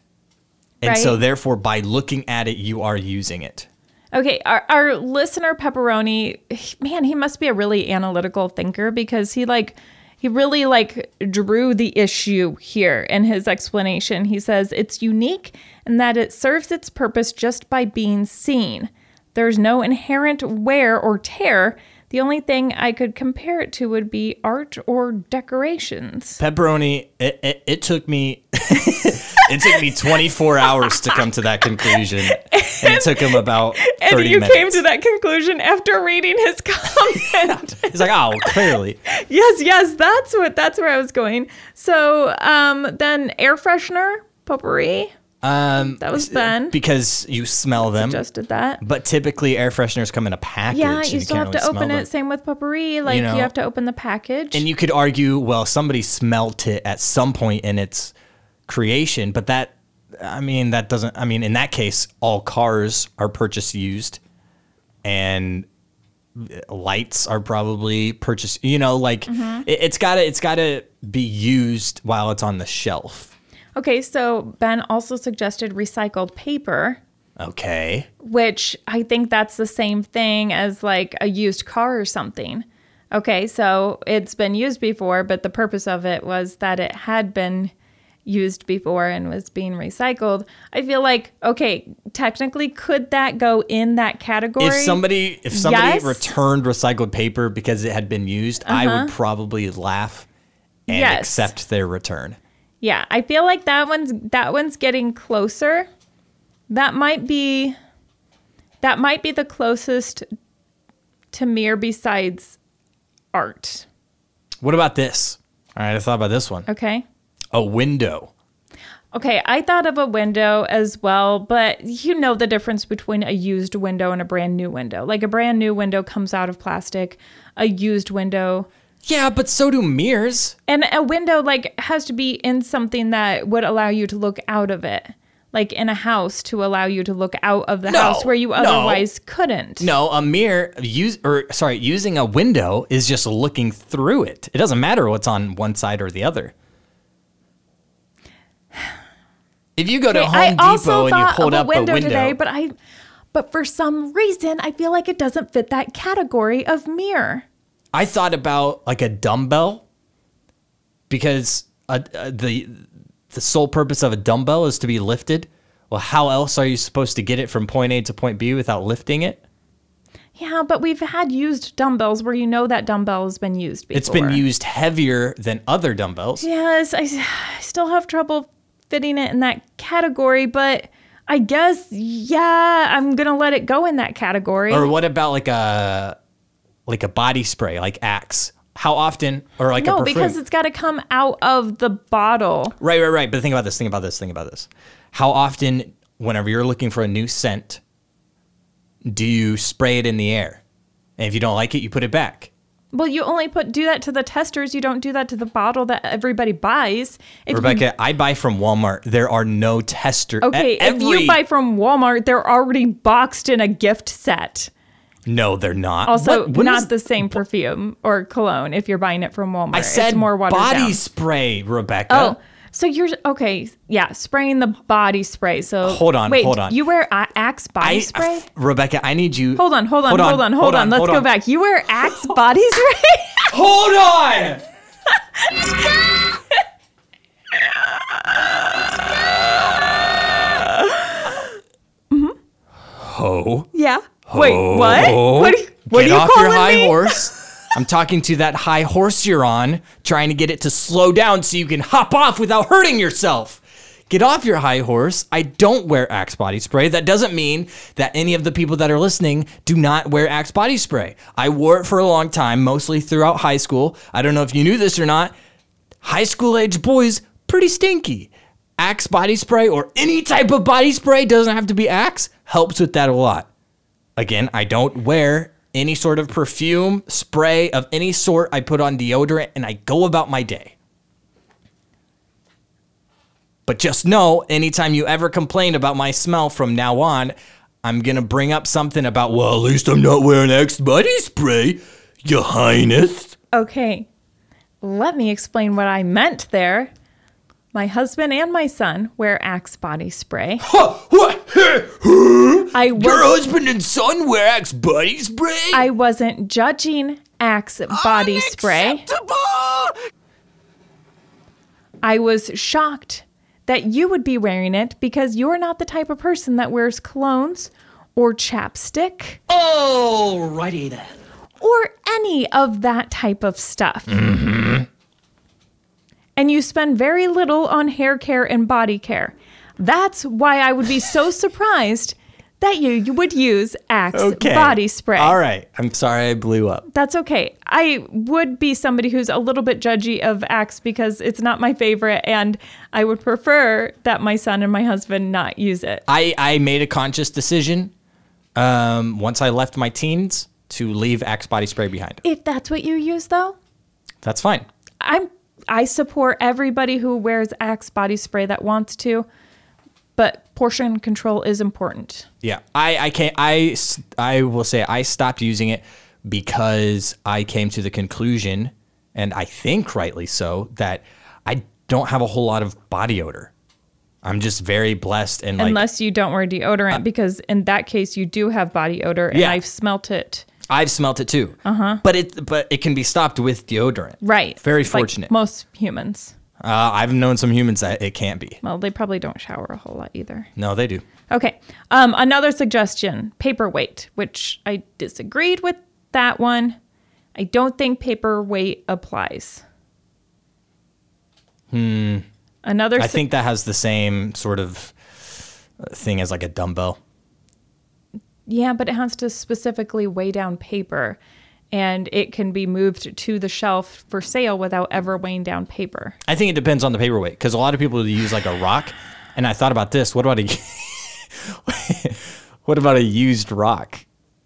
and so
Right.
therefore, by looking at it, you are using it.
Okay, our, our listener pepperoni, he- man, he must be a really analytical thinker because he like he really like drew the issue here in his explanation. He says it's unique in that it serves its purpose just by being seen. There's no inherent wear or tear. The only thing I could compare it to would be art or decorations.
Pepperoni. It, it, it took me. it took me 24 hours to come to that conclusion, and it took him about 30
And you
minutes.
came to that conclusion after reading his comment.
He's like, oh, clearly.
yes, yes, that's what that's where I was going. So um, then air freshener potpourri.
Um,
That was Ben.
because you smell them.
Just did that.
But typically, air fresheners come in a package.
Yeah,
and
you still
can't
have to
really smell
open
them.
it. Same with potpourri. Like you,
know,
have to open the package.
And you could argue, well, somebody smelt it at some point in its creation, but that, I mean, that doesn't, I mean, in that case, all cars are purchased used and lights are probably purchased, you know, like
Mm-hmm.
it, it's gotta, it's gotta be used while it's on the shelf.
okay, so Ben also suggested recycled paper,
Okay.
which I think that's the same thing as like a used car or something. Okay, so it's been used before, but the purpose of it was that it had been used before and was being recycled. I feel like, okay, technically, could that go in that category?
If somebody, if somebody
Yes.
returned recycled paper because it had been used, I would probably laugh and
Uh-huh. Yes.
accept their return.
yeah, I feel like that one's that one's getting closer. That might be, that might be the closest to mirror besides art.
What about this? All right, I thought about this one.
Okay.
A window.
Okay, I thought of a window as well, but you know the difference between a used window and a brand new window. Like a brand new window comes out of plastic, a used window
Yeah, but so do mirrors.
and a window like has to be in something that would allow you to look out of it. Like in a house to allow you to look out of the
No,
house where you
no.
otherwise couldn't.
No, a mirror use or sorry, using a window is just looking through it. It doesn't matter what's on one side or the other. If you go to
Okay,
Home
I
Depot
also
and you
thought
hold
of a
up
window,
a window,
today, but I but for some reason I feel like it doesn't fit that category of mirror.
I thought about like a dumbbell because uh uh the the sole purpose of a dumbbell is to be lifted. Well, how else are you supposed to get it from point A to point B without lifting it?
Yeah, but we've had used dumbbells where you know that dumbbell has been used before.
It's been used heavier than other dumbbells.
Yes, I, I still have trouble fitting it in that category, but I guess yeah, I'm gonna let it go in that category.
Or what about like a like a body spray, like Axe? How often or like a
no,
perfume?
because it's got to come out of the bottle.
right, right, right. But think about this. Think about this. Think about this. How often, whenever you're looking for a new scent, do you spray it in the air? And if you don't like it, you put it back.
Well, you only put do that to the testers. You don't do that to the bottle that everybody buys. If you,
Rebecca, I buy from Walmart. There are no tester.
okay,
e- every,
if you buy from Walmart, they're already boxed in a gift set.
no, they're not.
Also,
What- what
not
is-
the same perfume or cologne if you're buying it from Walmart.
I said
it's more watered
body
down.
spray, Rebecca.
Oh, so you're okay? Yeah, spraying the body spray. So
Hold on,
wait,
hold on.
You wear A- Axe body
I,
spray?
Rebecca, I need you.
hold on, hold on, hold on, hold on. Let's
hold
go back. You wear Axe body spray?
Hold on. Ho.
yeah. Wait, what?
Ho.
What? Are you,
Oh, get
what are you
off
calling
your high
me?
horse. I'm talking to that high horse you're on, trying to get it to slow down so you can hop off without hurting yourself. Get off your high horse. I don't wear Axe body spray. That doesn't mean that any of the people that are listening do not wear Axe body spray. I wore it for a long time, mostly throughout high school. I don't know if you knew this or not. High school age boys, pretty stinky. Axe body spray or any type of body spray doesn't have to be Axe, helps with that a lot again, I don't wear any sort of perfume, spray of any sort. I put on deodorant and I go about my day. But just know, anytime you ever complain about my smell from now on, I'm gonna bring up something about, well, at least I'm not wearing Axe body spray, Your Highness.
Okay. Let me explain what I meant there. My husband and my son wear Axe body spray.
What?
I
Your
was
husband and son wear Axe body spray?
I wasn't judging Axe
Oh,
body spray. I was shocked that you would be wearing it because you're not the type of person that wears colognes or chapstick
Alrighty then.
or any of that type of stuff.
Mm-hmm.
And you spend very little on hair care and body care. That's why I would be so surprised that you, you would use Axe body spray.
All right. I'm sorry I blew up.
That's okay. I would be somebody who's a little bit judgy of Axe because it's not my favorite, and I would prefer that my son and my husband not use it.
I, I made a conscious decision um, once I left my teens to leave Axe body spray behind.
If that's what you use, though,
That's fine.
I'm I support everybody who wears Axe body spray that wants to, but portion control is important.
Yeah, I I can I s- I will say I stopped using it because I came to the conclusion, and I think rightly so, that I don't have a whole lot of body odor. I'm just very blessed and like
Unless you don't wear deodorant, because in that case you do have body odor, and
Yeah.
I've smelt it.
I've smelt it too. Uh huh. But it but it can be stopped with deodorant.
Uh-huh. Right.
Very
Like
fortunate.
most humans.
uh, I've known some humans that it can't be.
Well, they probably don't shower a whole lot either.
No, they do.
Okay. Um, another suggestion paperweight, which I disagreed with that one. I don't think paperweight applies. Hmm. Another.
I
su-
think that has the same sort of uh, thing as like a dumbbell.
Yeah, but it has to specifically weigh down paper and it can be moved to the shelf for sale without ever weighing down paper.
I think it depends on the paperweight because a lot of people use like a rock. And I thought about this. What about a what about a used rock?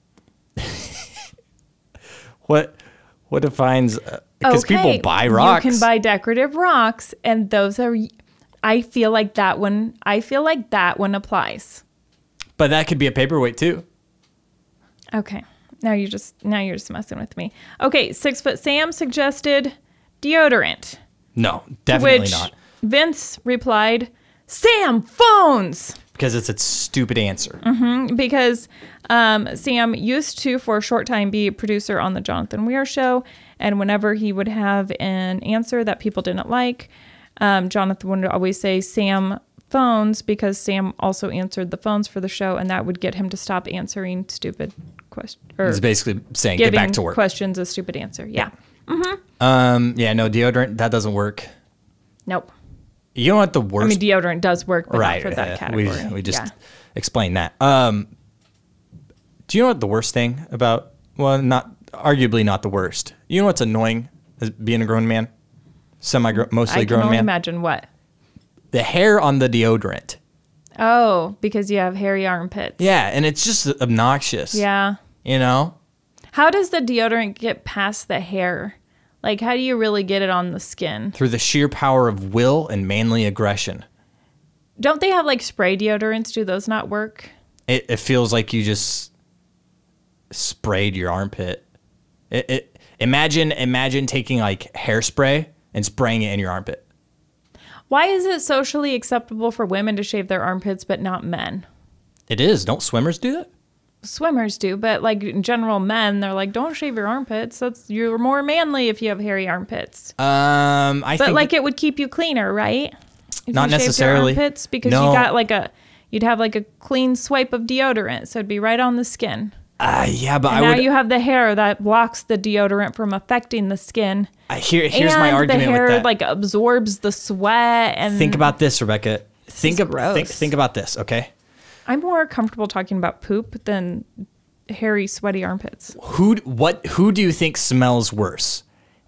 what what defines because people buy rocks?
You can buy decorative rocks and those are I feel like that one I feel like that one applies.
but that could be a paperweight too.
Okay. Now you're just now you're just messing with me. Okay, six foot Sam suggested deodorant,
No, definitely
which
not
Vince replied, "Sam phones."
because it's a stupid answer.
Mm-hmm. because um, Sam used to, for a short time, be a producer on the Jonathan Weir show. And whenever he would have an answer that people didn't like, um, Jonathan would always say Sam phones because Sam also answered the phones for the show, and that would get him to stop answering stupid questions or
It's basically saying get
giving
back to work.
questions a stupid answer. Yeah.
Um, yeah, no deodorant that doesn't work.
Nope.
You know what the worst
I mean, deodorant does work, but
right
not for
uh,
that category.
We, we just
Yeah.
explained that. Um, do you know what the worst thing about? Well, not arguably not the worst. You know what's annoying as being a grown man, semi mostly
Mm, I can
grown
only
man.
imagine what.
The hair on the deodorant.
Oh, because you have hairy armpits.
Yeah, and it's just obnoxious.
Yeah.
you know.
How does the deodorant get past the hair? Like, how do you really get it on the skin?
Through the sheer power of will and manly aggression,
Don't they have like spray deodorants? Do those not work?
it, it feels like you just sprayed your armpit. It, it, imagine imagine taking like hairspray and spraying it in your armpit.
Why is it socially acceptable for women to shave their armpits but not men?
It is. Don't swimmers do that?
Swimmers do, but like in general, men, they're like, don't shave your armpits. That's you're more manly if you have hairy armpits.
Um, I
but
think
like, it would keep you cleaner, right? If
Not
you shaved
necessarily.
Your armpits because
No.
you got like a, you'd have like a clean swipe of deodorant, so it'd be right on the skin.
Ah, yeah, but I
now
would.
you have the hair that blocks the deodorant from affecting the skin.
I- here, here's
and
my argument
the hair
with that.
like absorbs the sweat and
think about this, Rebecca. Think,
is
ab- think
gross.
think about this, okay?
I'm more comfortable talking about poop than hairy, sweaty armpits.
Who d- what who do you think smells worse?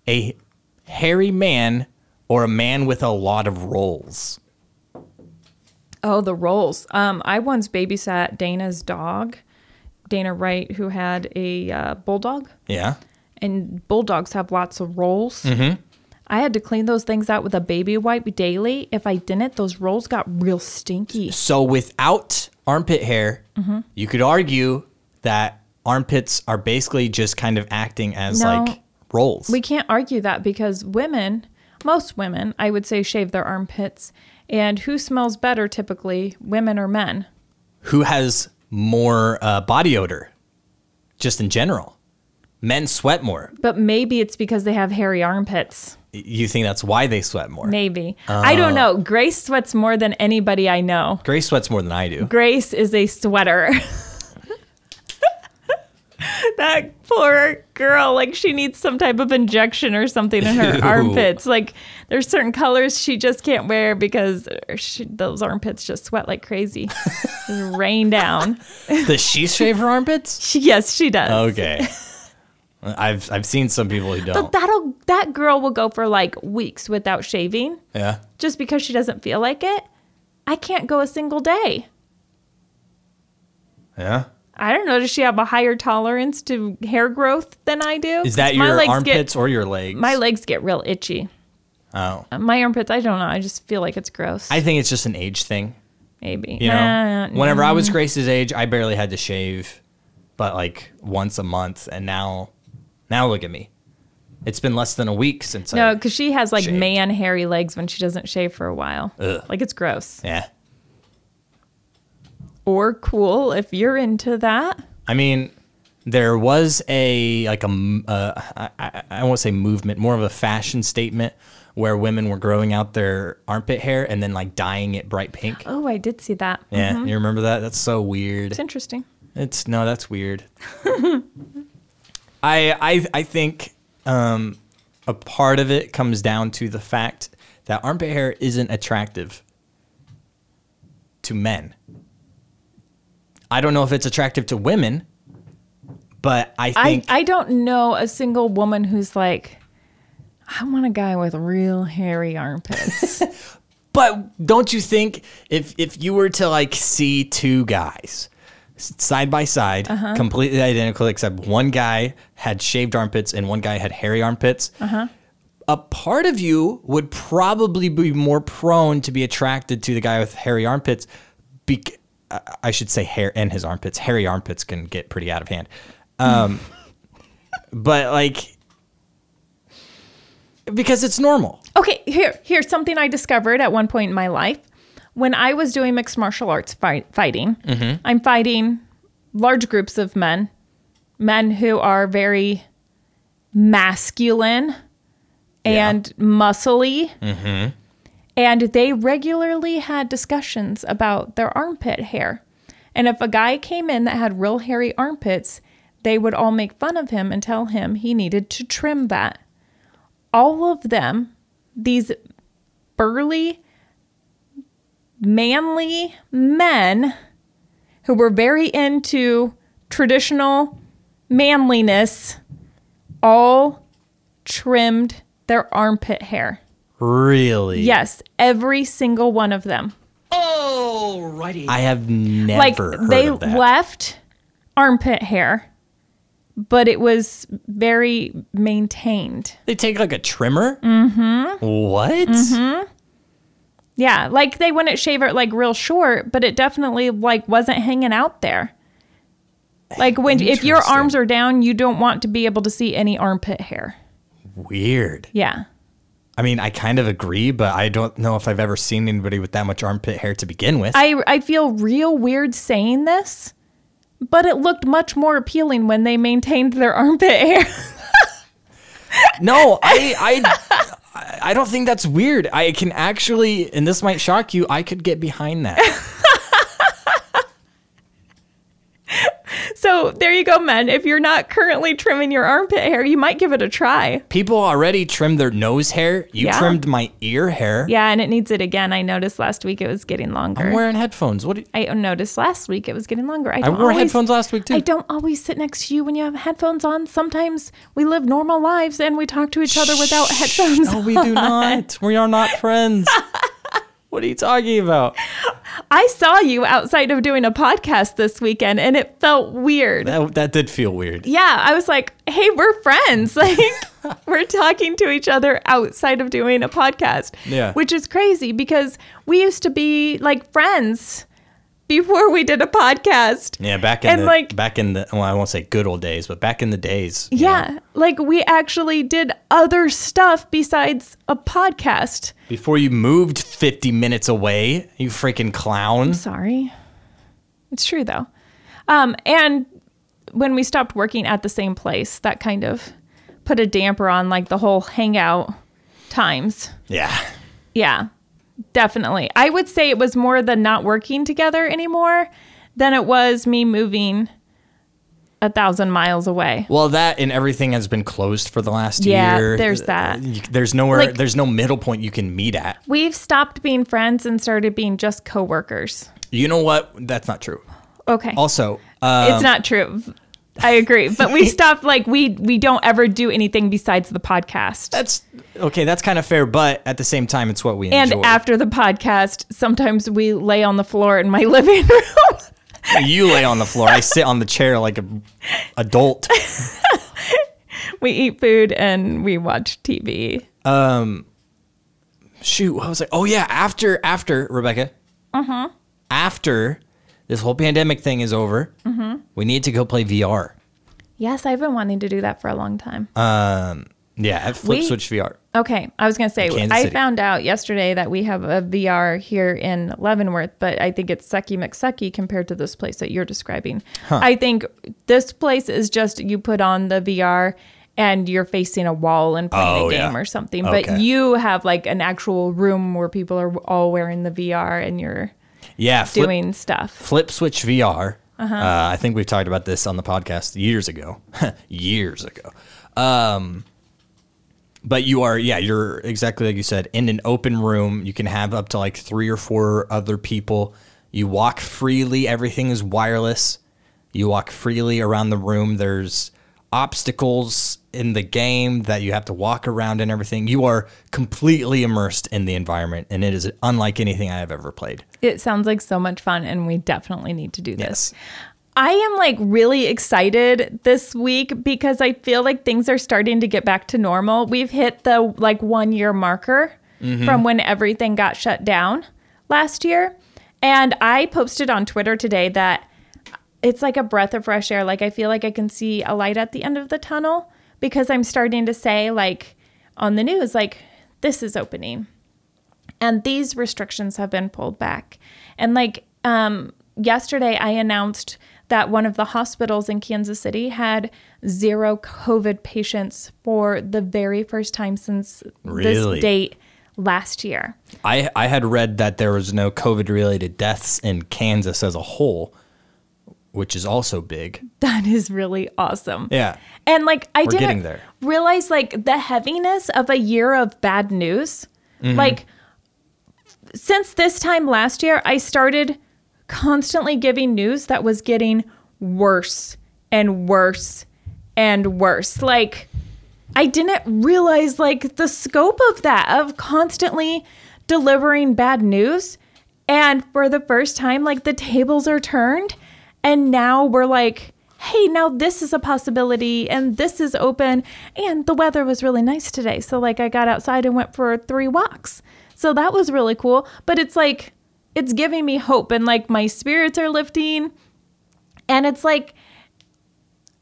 A hairy man or a man with a lot of rolls?
Oh, the rolls. Um, I once babysat Dana's dog, Dana Wright, who had a uh, bulldog,
Yeah.
and bulldogs have lots of rolls. I had to clean those things out with a baby wipe daily. If I didn't, those rolls got real stinky.
So without armpit hair,
Mm-hmm.
you could argue that armpits are basically just kind of acting as
No.
like rolls.
We can't argue that because women, most women, I would say, shave their armpits. And who smells better typically, women or men?
Who has more uh, body odor? Just in general, men sweat more.
But maybe it's because they have hairy armpits.
Y- You think that's why they sweat more?
Maybe. I don't know. Grace sweats more than anybody I know.
Grace sweats more than I do.
Grace is a sweater. that poor girl, like she needs some type of injection or something in her
Ew.
armpits. Like there's certain colors she just can't wear because she, those armpits just sweat like crazy. Just rain down.
Does she shave her armpits?
She, yes, she does.
Okay. I've I've seen some people who
But
don't.
that'll that girl will go for like weeks without shaving
Yeah.
just because she doesn't feel like it. I can't go a single day.
Yeah.
I don't know. Does she have a higher tolerance to hair growth than I do?
Is that
'Cause my
your
legs
armpits
Get,
or your legs?
my legs get real itchy.
Oh.
Uh, My armpits, I don't know. I just feel like it's gross.
I think it's just an age thing.
maybe.
You know,
Nah,
whenever I was Grace's age, I barely had to shave, but like once a month, and now, now look at me. It's been less than a week since
no,
I.
because she has like
Shaved.
man hairy legs when she doesn't shave for a while.
Ugh.
Like it's gross.
Yeah,
Or cool if you're into that.
I mean, there was a like a m- uh, I, I, I won't say movement, more of a fashion statement where women were growing out their armpit hair and then like dyeing it bright pink.
Oh, I did see that.
Yeah, you remember that? That's so weird.
It's interesting.
It's no, that's weird. I I I think um, a part of it comes down to the fact that armpit hair isn't attractive to men. I don't know if it's attractive to women, but I
I,
think
I don't know a single woman who's like, I want a guy with real hairy armpits.
But don't you think if if you were to like see two guys s- side by side, completely identical, except one guy had shaved armpits and one guy had hairy armpits, a part of you would probably be more prone to be attracted to the guy with hairy armpits. Bec- I- I should say hair and his armpits. Hairy armpits can get pretty out of hand. Um, but like, because it's normal.
Okay, here, here's something I discovered at one point in my life. When I was doing mixed martial arts fight, fighting, I'm fighting large groups of men, men who are very masculine and muscly. And they regularly had discussions about their armpit hair. And if a guy came in that had real hairy armpits, they would all make fun of him and tell him he needed to trim that. All of them these burly, manly men who were very into traditional manliness all trimmed their armpit hair.
Really?
Yes, every single one of them.
I have never
Like
heard
they
of that.
left armpit hair, but it was very maintained.
they take like a trimmer. Mm-hmm. What?
Mm-hmm. Yeah, like they wouldn't shave it like real short, but it definitely like wasn't hanging out there. Like when if your
Interesting.
arms are down, you don't want to be able to see any armpit hair.
Weird.
Yeah.
I mean, I kind of agree, but I don't know if I've ever seen anybody with that much armpit hair to begin with.
I I feel real weird saying this, but it looked much more appealing when they maintained their armpit hair.
no, I, I, I don't think that's weird. I can actually, and this might shock you, I could get behind that.
so there you go, men. If you're not currently trimming your armpit hair, you might give it a try.
People already trim their nose hair. You
Yeah.
trimmed my ear hair.
Yeah, and it needs it again. I noticed last week it was getting longer.
I'm wearing headphones. What? do-
I noticed last week it was getting longer. I,
I
don't
wore
always-
headphones last week too.
I don't always sit next to you when you have headphones on. Sometimes we live normal lives and we talk to each other without headphones.
No, we do not. We are not friends. what are you talking about?
I saw you outside of doing a podcast this weekend and it felt weird.
That, that did feel weird.
Yeah, I was like, hey, we're friends. Like, we're talking to each other outside of doing a podcast.
Yeah.
Which is crazy because we used to be like friends before we did a podcast.
Yeah, back in
And,
the
like-
back in the well, I won't say good old days, but back in the days. you know,
Yeah, like we actually did other stuff besides a podcast.
before you moved 50 minutes away, you freaking clown.
Sorry. It's true though. Um, and when we stopped working at the same place, that kind of put a damper on like the whole hangout times.
Yeah.
Yeah, definitely. I would say it was more the not working together anymore than it was me moving a thousand miles away.
Well, that and everything has been closed for the last
Yeah,
year. Uh,
there's that.
You- There's nowhere.
Like-
there's no middle point you can meet at.
We've stopped being friends and started being just coworkers.
You know what? That's not true.
Okay.
Also, uh,
it's not true. I agree, but we stopped like we we don't ever do anything besides the podcast.
that's okay. That's kind of fair, but at the same time, it's what we
And
enjoy.
after the podcast, sometimes we lay on the floor in my living room.
you lay on the floor. I sit on the chair like a adult.
we eat food and we watch TV.
shoot, what was I? Oh yeah, after after Rebecca. Uh-huh. After this whole pandemic thing is over, we need to go play VR.
Yes, I've been wanting to do that for a long time.
Yeah, flip
We-
switch VR.
Okay, I was gonna say
Kansas
I
City.
found out yesterday that we have a VR here in Leavenworth, but I think it's sucky McSucky compared to this place that you're describing. I think this place is just you put on the VR and you're facing a wall and playing
Oh,
a game
yeah.
or something,
Okay.
but you have like an actual room where people are all wearing the VR and you're
Yeah, flip,
doing stuff.
flip switch VR. Uh-huh. I think we've talked about this on the podcast years ago. years ago. Um, but you are, yeah, you're exactly like you said, in an open room. You can have up to like three or four other people. You walk freely, everything is wireless. You walk freely around the room. There's obstacles in the game that you have to walk around and everything. You are completely immersed in the environment, and it is unlike anything I have ever played.
It sounds like so much fun, and we definitely need to do this.
Yes.
I am like really excited this week because I feel like things are starting to get back to normal. We've hit the like one year marker from when everything got shut down last year. And I posted on Twitter today that it's like a breath of fresh air. Like I feel like I can see a light at the end of the tunnel because I'm starting to say like on the news like this is opening and these restrictions have been pulled back. And like um, yesterday, I announced that one of the hospitals in Kansas City had zero COVID patients for the very first time since
Really?
this date last year.
I I had read that there was no COVID related deaths in Kansas as a whole, which is also big.
That is really awesome.
Yeah.
And like I didn't
getting there.
realize like the heaviness of a year of bad news.
Mm-hmm.
Like since this time last year, I started constantly giving news that was getting worse and worse and worse. Like I didn't realize like the scope of that of constantly delivering bad news. And for the first time, like the tables are turned. And now we're like, hey, now this is a possibility and this is open. And the weather was really nice today. So, like, I got outside and went for three walks. So that was really cool. But it's like, it's giving me hope and like my spirits are lifting. And it's like,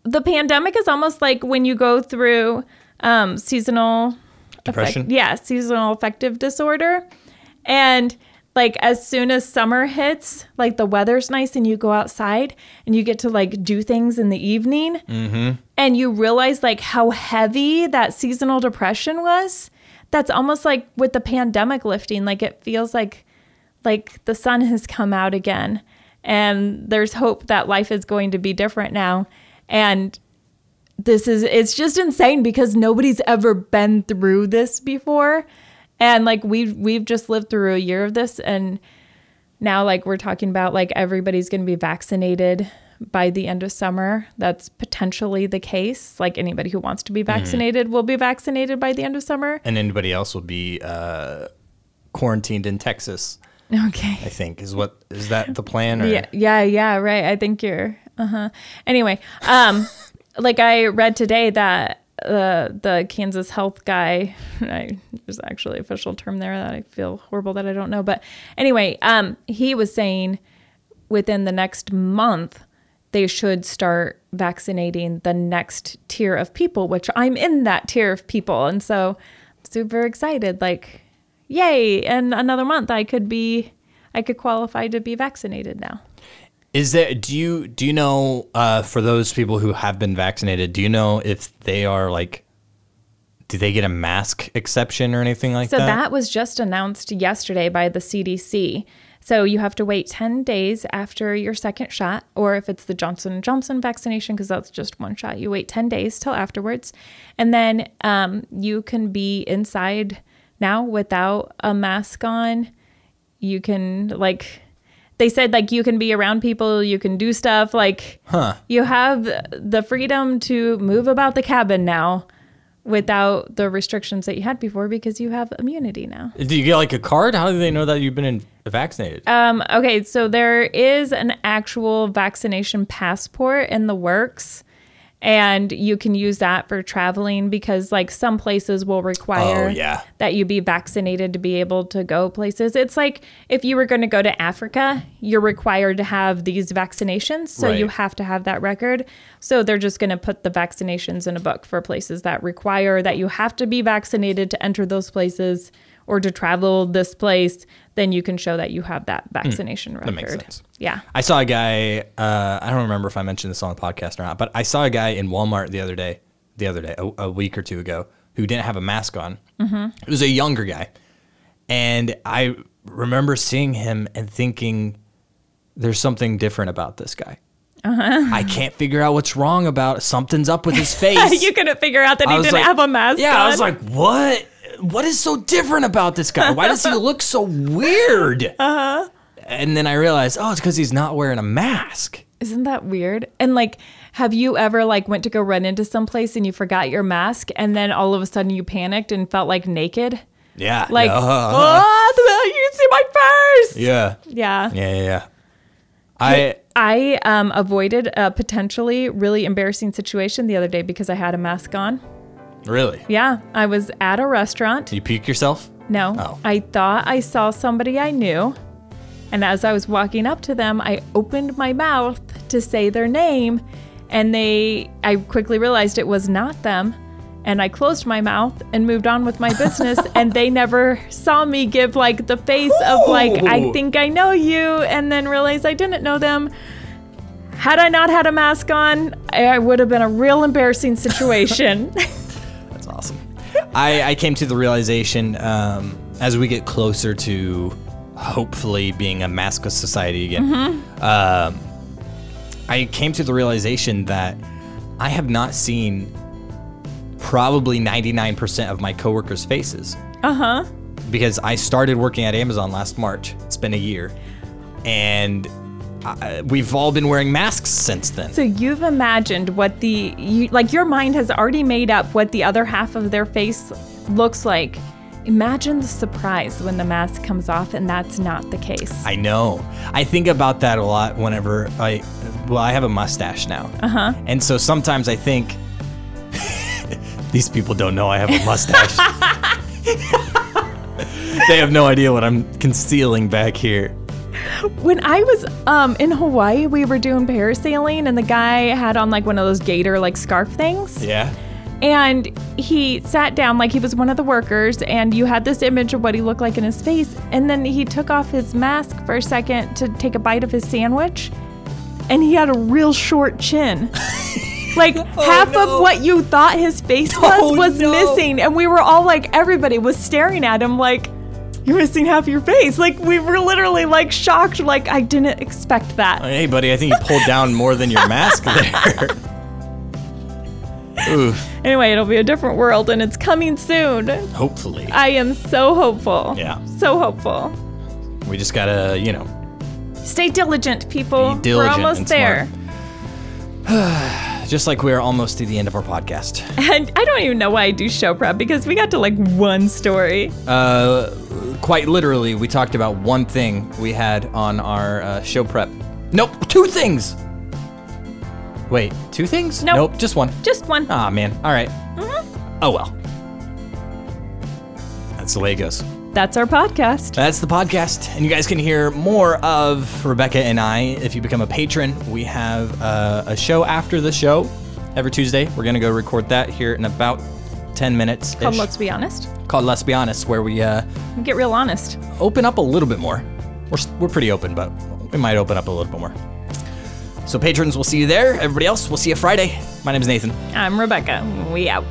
the pandemic is almost like when you go through um, seasonal
Depression?
affect- yeah, seasonal affective disorder. And like as soon as summer hits, like the weather's nice and you go outside and you get to like do things in the evening and you realize like how heavy that seasonal depression was. That's almost like with the pandemic lifting, like it feels like like the sun has come out again and there's hope that life is going to be different now and this is it's just insane because nobody's ever been through this before and like we we've just lived through a year of this and now like we're talking about like everybody's going to be vaccinated by the end of summer that's potentially the case like anybody who wants to be vaccinated will be vaccinated by the end of summer
And anybody else will be uh, quarantined in Texas
Okay.
I think is what is that the plan? Or?
Yeah, yeah, yeah, right. I think you're. Uh huh. Anyway, um, like I read today that uh, the Kansas health guy, I, there's actually an official term there that I feel horrible that I don't know, but anyway, um, he was saying within the next month they should start vaccinating the next tier of people, which I'm in that tier of people, and so super excited, like yay! And another month I could be. I could qualify to be vaccinated now.
Is there do you do you know uh, for those people who have been vaccinated? Do you know if they are like, do they get a mask exception or anything like
So
that?
that was just announced yesterday by the CDC. So you have to wait 10 days after your second shot or if it's the Johnson & Johnson vaccination because that's just one shot, you wait 10 days till afterwards and then um, you can be inside now without a mask on. You can like they said like you can be around people, you can do stuff like you have the freedom to move about the cabin now without the restrictions that you had before because you have immunity now.
do you get like a card? How do they know that you've been in, vaccinated?
Um, okay, so there is an actual vaccination passport in the works. And you can use that for traveling because, like, some places will require
Oh, yeah.
that you be vaccinated to be able to go places. It's like if you were going to go to Africa, you're required to have these vaccinations. So you
Right.
have to have that record. So they're just going to put the vaccinations in a book for places that require that you have to be vaccinated to enter those places or to travel this place. Then you can show that you have that vaccination record.
Hmm. makes sense.
Yeah.
I saw a guy. Uh, I don't remember if I mentioned this on the podcast or not, but I saw a guy in Walmart the other day, the other day, a, a week or two ago, who didn't have a mask on. It was a younger guy, and I remember seeing him and thinking, "There's something different about this guy." I can't figure out what's wrong about something's up with his face.
You couldn't figure out that he
was
didn't
like-
have a mask
Yeah, I was
on?
like, what? What is so different about this guy? Why does he look so weird? Uh huh.
Uh-huh.
And then I realized, oh, it's because he's not wearing a mask.
Isn't that weird? And like, have you ever like went to go run into someplace and you forgot your mask and then all of a sudden you panicked and felt like naked?
Yeah.
Like,
uh,
oh, the- you can see my face.
yeah. Yeah.
Yeah.
Yeah. Yeah. I.
I um, avoided a potentially really embarrassing situation the other day because I had a mask on.
Really?
Yeah, I was at a restaurant.
You puke yourself?
No,
Oh.
I thought I saw somebody I knew. And as I was walking up to them, I opened my mouth to say their name. And they, I quickly realized it was not them. And I closed my mouth and moved on with my business. and they never saw me give like the face of like, I
Ooh.
think I know you. And then realize I didn't know them. Had I not had a mask on, I I would have been a real embarrassing situation.
That's awesome. I, I came to the realization um, as we get closer to hopefully being a maskless society again. Um, I came to the realization that I have not seen probably 99% of my coworkers' faces. Uh huh. Because I started working at Amazon last March. It's been a year. And I, we've all been wearing masks since then.
So you've imagined what the you, like your mind has already made up what the other half of their face looks like. Imagine the surprise when the mask comes off and that's not the case.
I know. I think about that a lot whenever I, well, I have a mustache now. Uh huh. And so sometimes I think, these people don't know I have a mustache. they have no idea what I'm concealing back here.
When I was um in Hawaii, we were doing parasailing and the guy had on like one of those gator like scarf things.
Yeah.
And he sat down like he was one of the workers, and you had this image of what he looked like in his face. And then he took off his mask for a second to take a bite of his sandwich, and he had a real short chin. Like half of what you thought his face was was missing, and we were all like, everybody was staring at him like, "You're missing half your face." Like we were literally like shocked, like I didn't expect that.
Hey, buddy, I think you pulled down more than your mask there. Oof.
Anyway, it'll be a different world, and it's coming soon.
Hopefully.
I am so hopeful.
Yeah.
So hopeful.
We just gotta, you know,
Stay diligent, people.
Be diligent
We're almost
and
there.
just like we are almost to the end of our podcast.
And I don't even know why I do show prep because we got to like one story.
Uh, quite literally, we talked about one thing we had on our uh, show prep. Nope, two things. Wait, two things?
Nope. Mm-hmm.
nope just one.
Just one.
Ah, man. All right. Oh, well. That's the way it goes.
That's our podcast.
That's the podcast. And you guys can hear more of Rebecca and I if you become a patron. We have uh, a show after the show every Tuesday. We're going to go record that here in about 10 minutes.
Come, let's be honest.
Called Let's Be Honest, where we uh,
Get real honest.
open up a little bit more. We're, s- we're pretty open, but we might open up a little bit more. So, patrons, we'll see you there. Everybody else, we'll see you Friday. My name is Nathan.
I'm Rebecca. We out.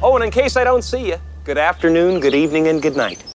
Oh, and in case I don't see you, good afternoon, good evening, and good night.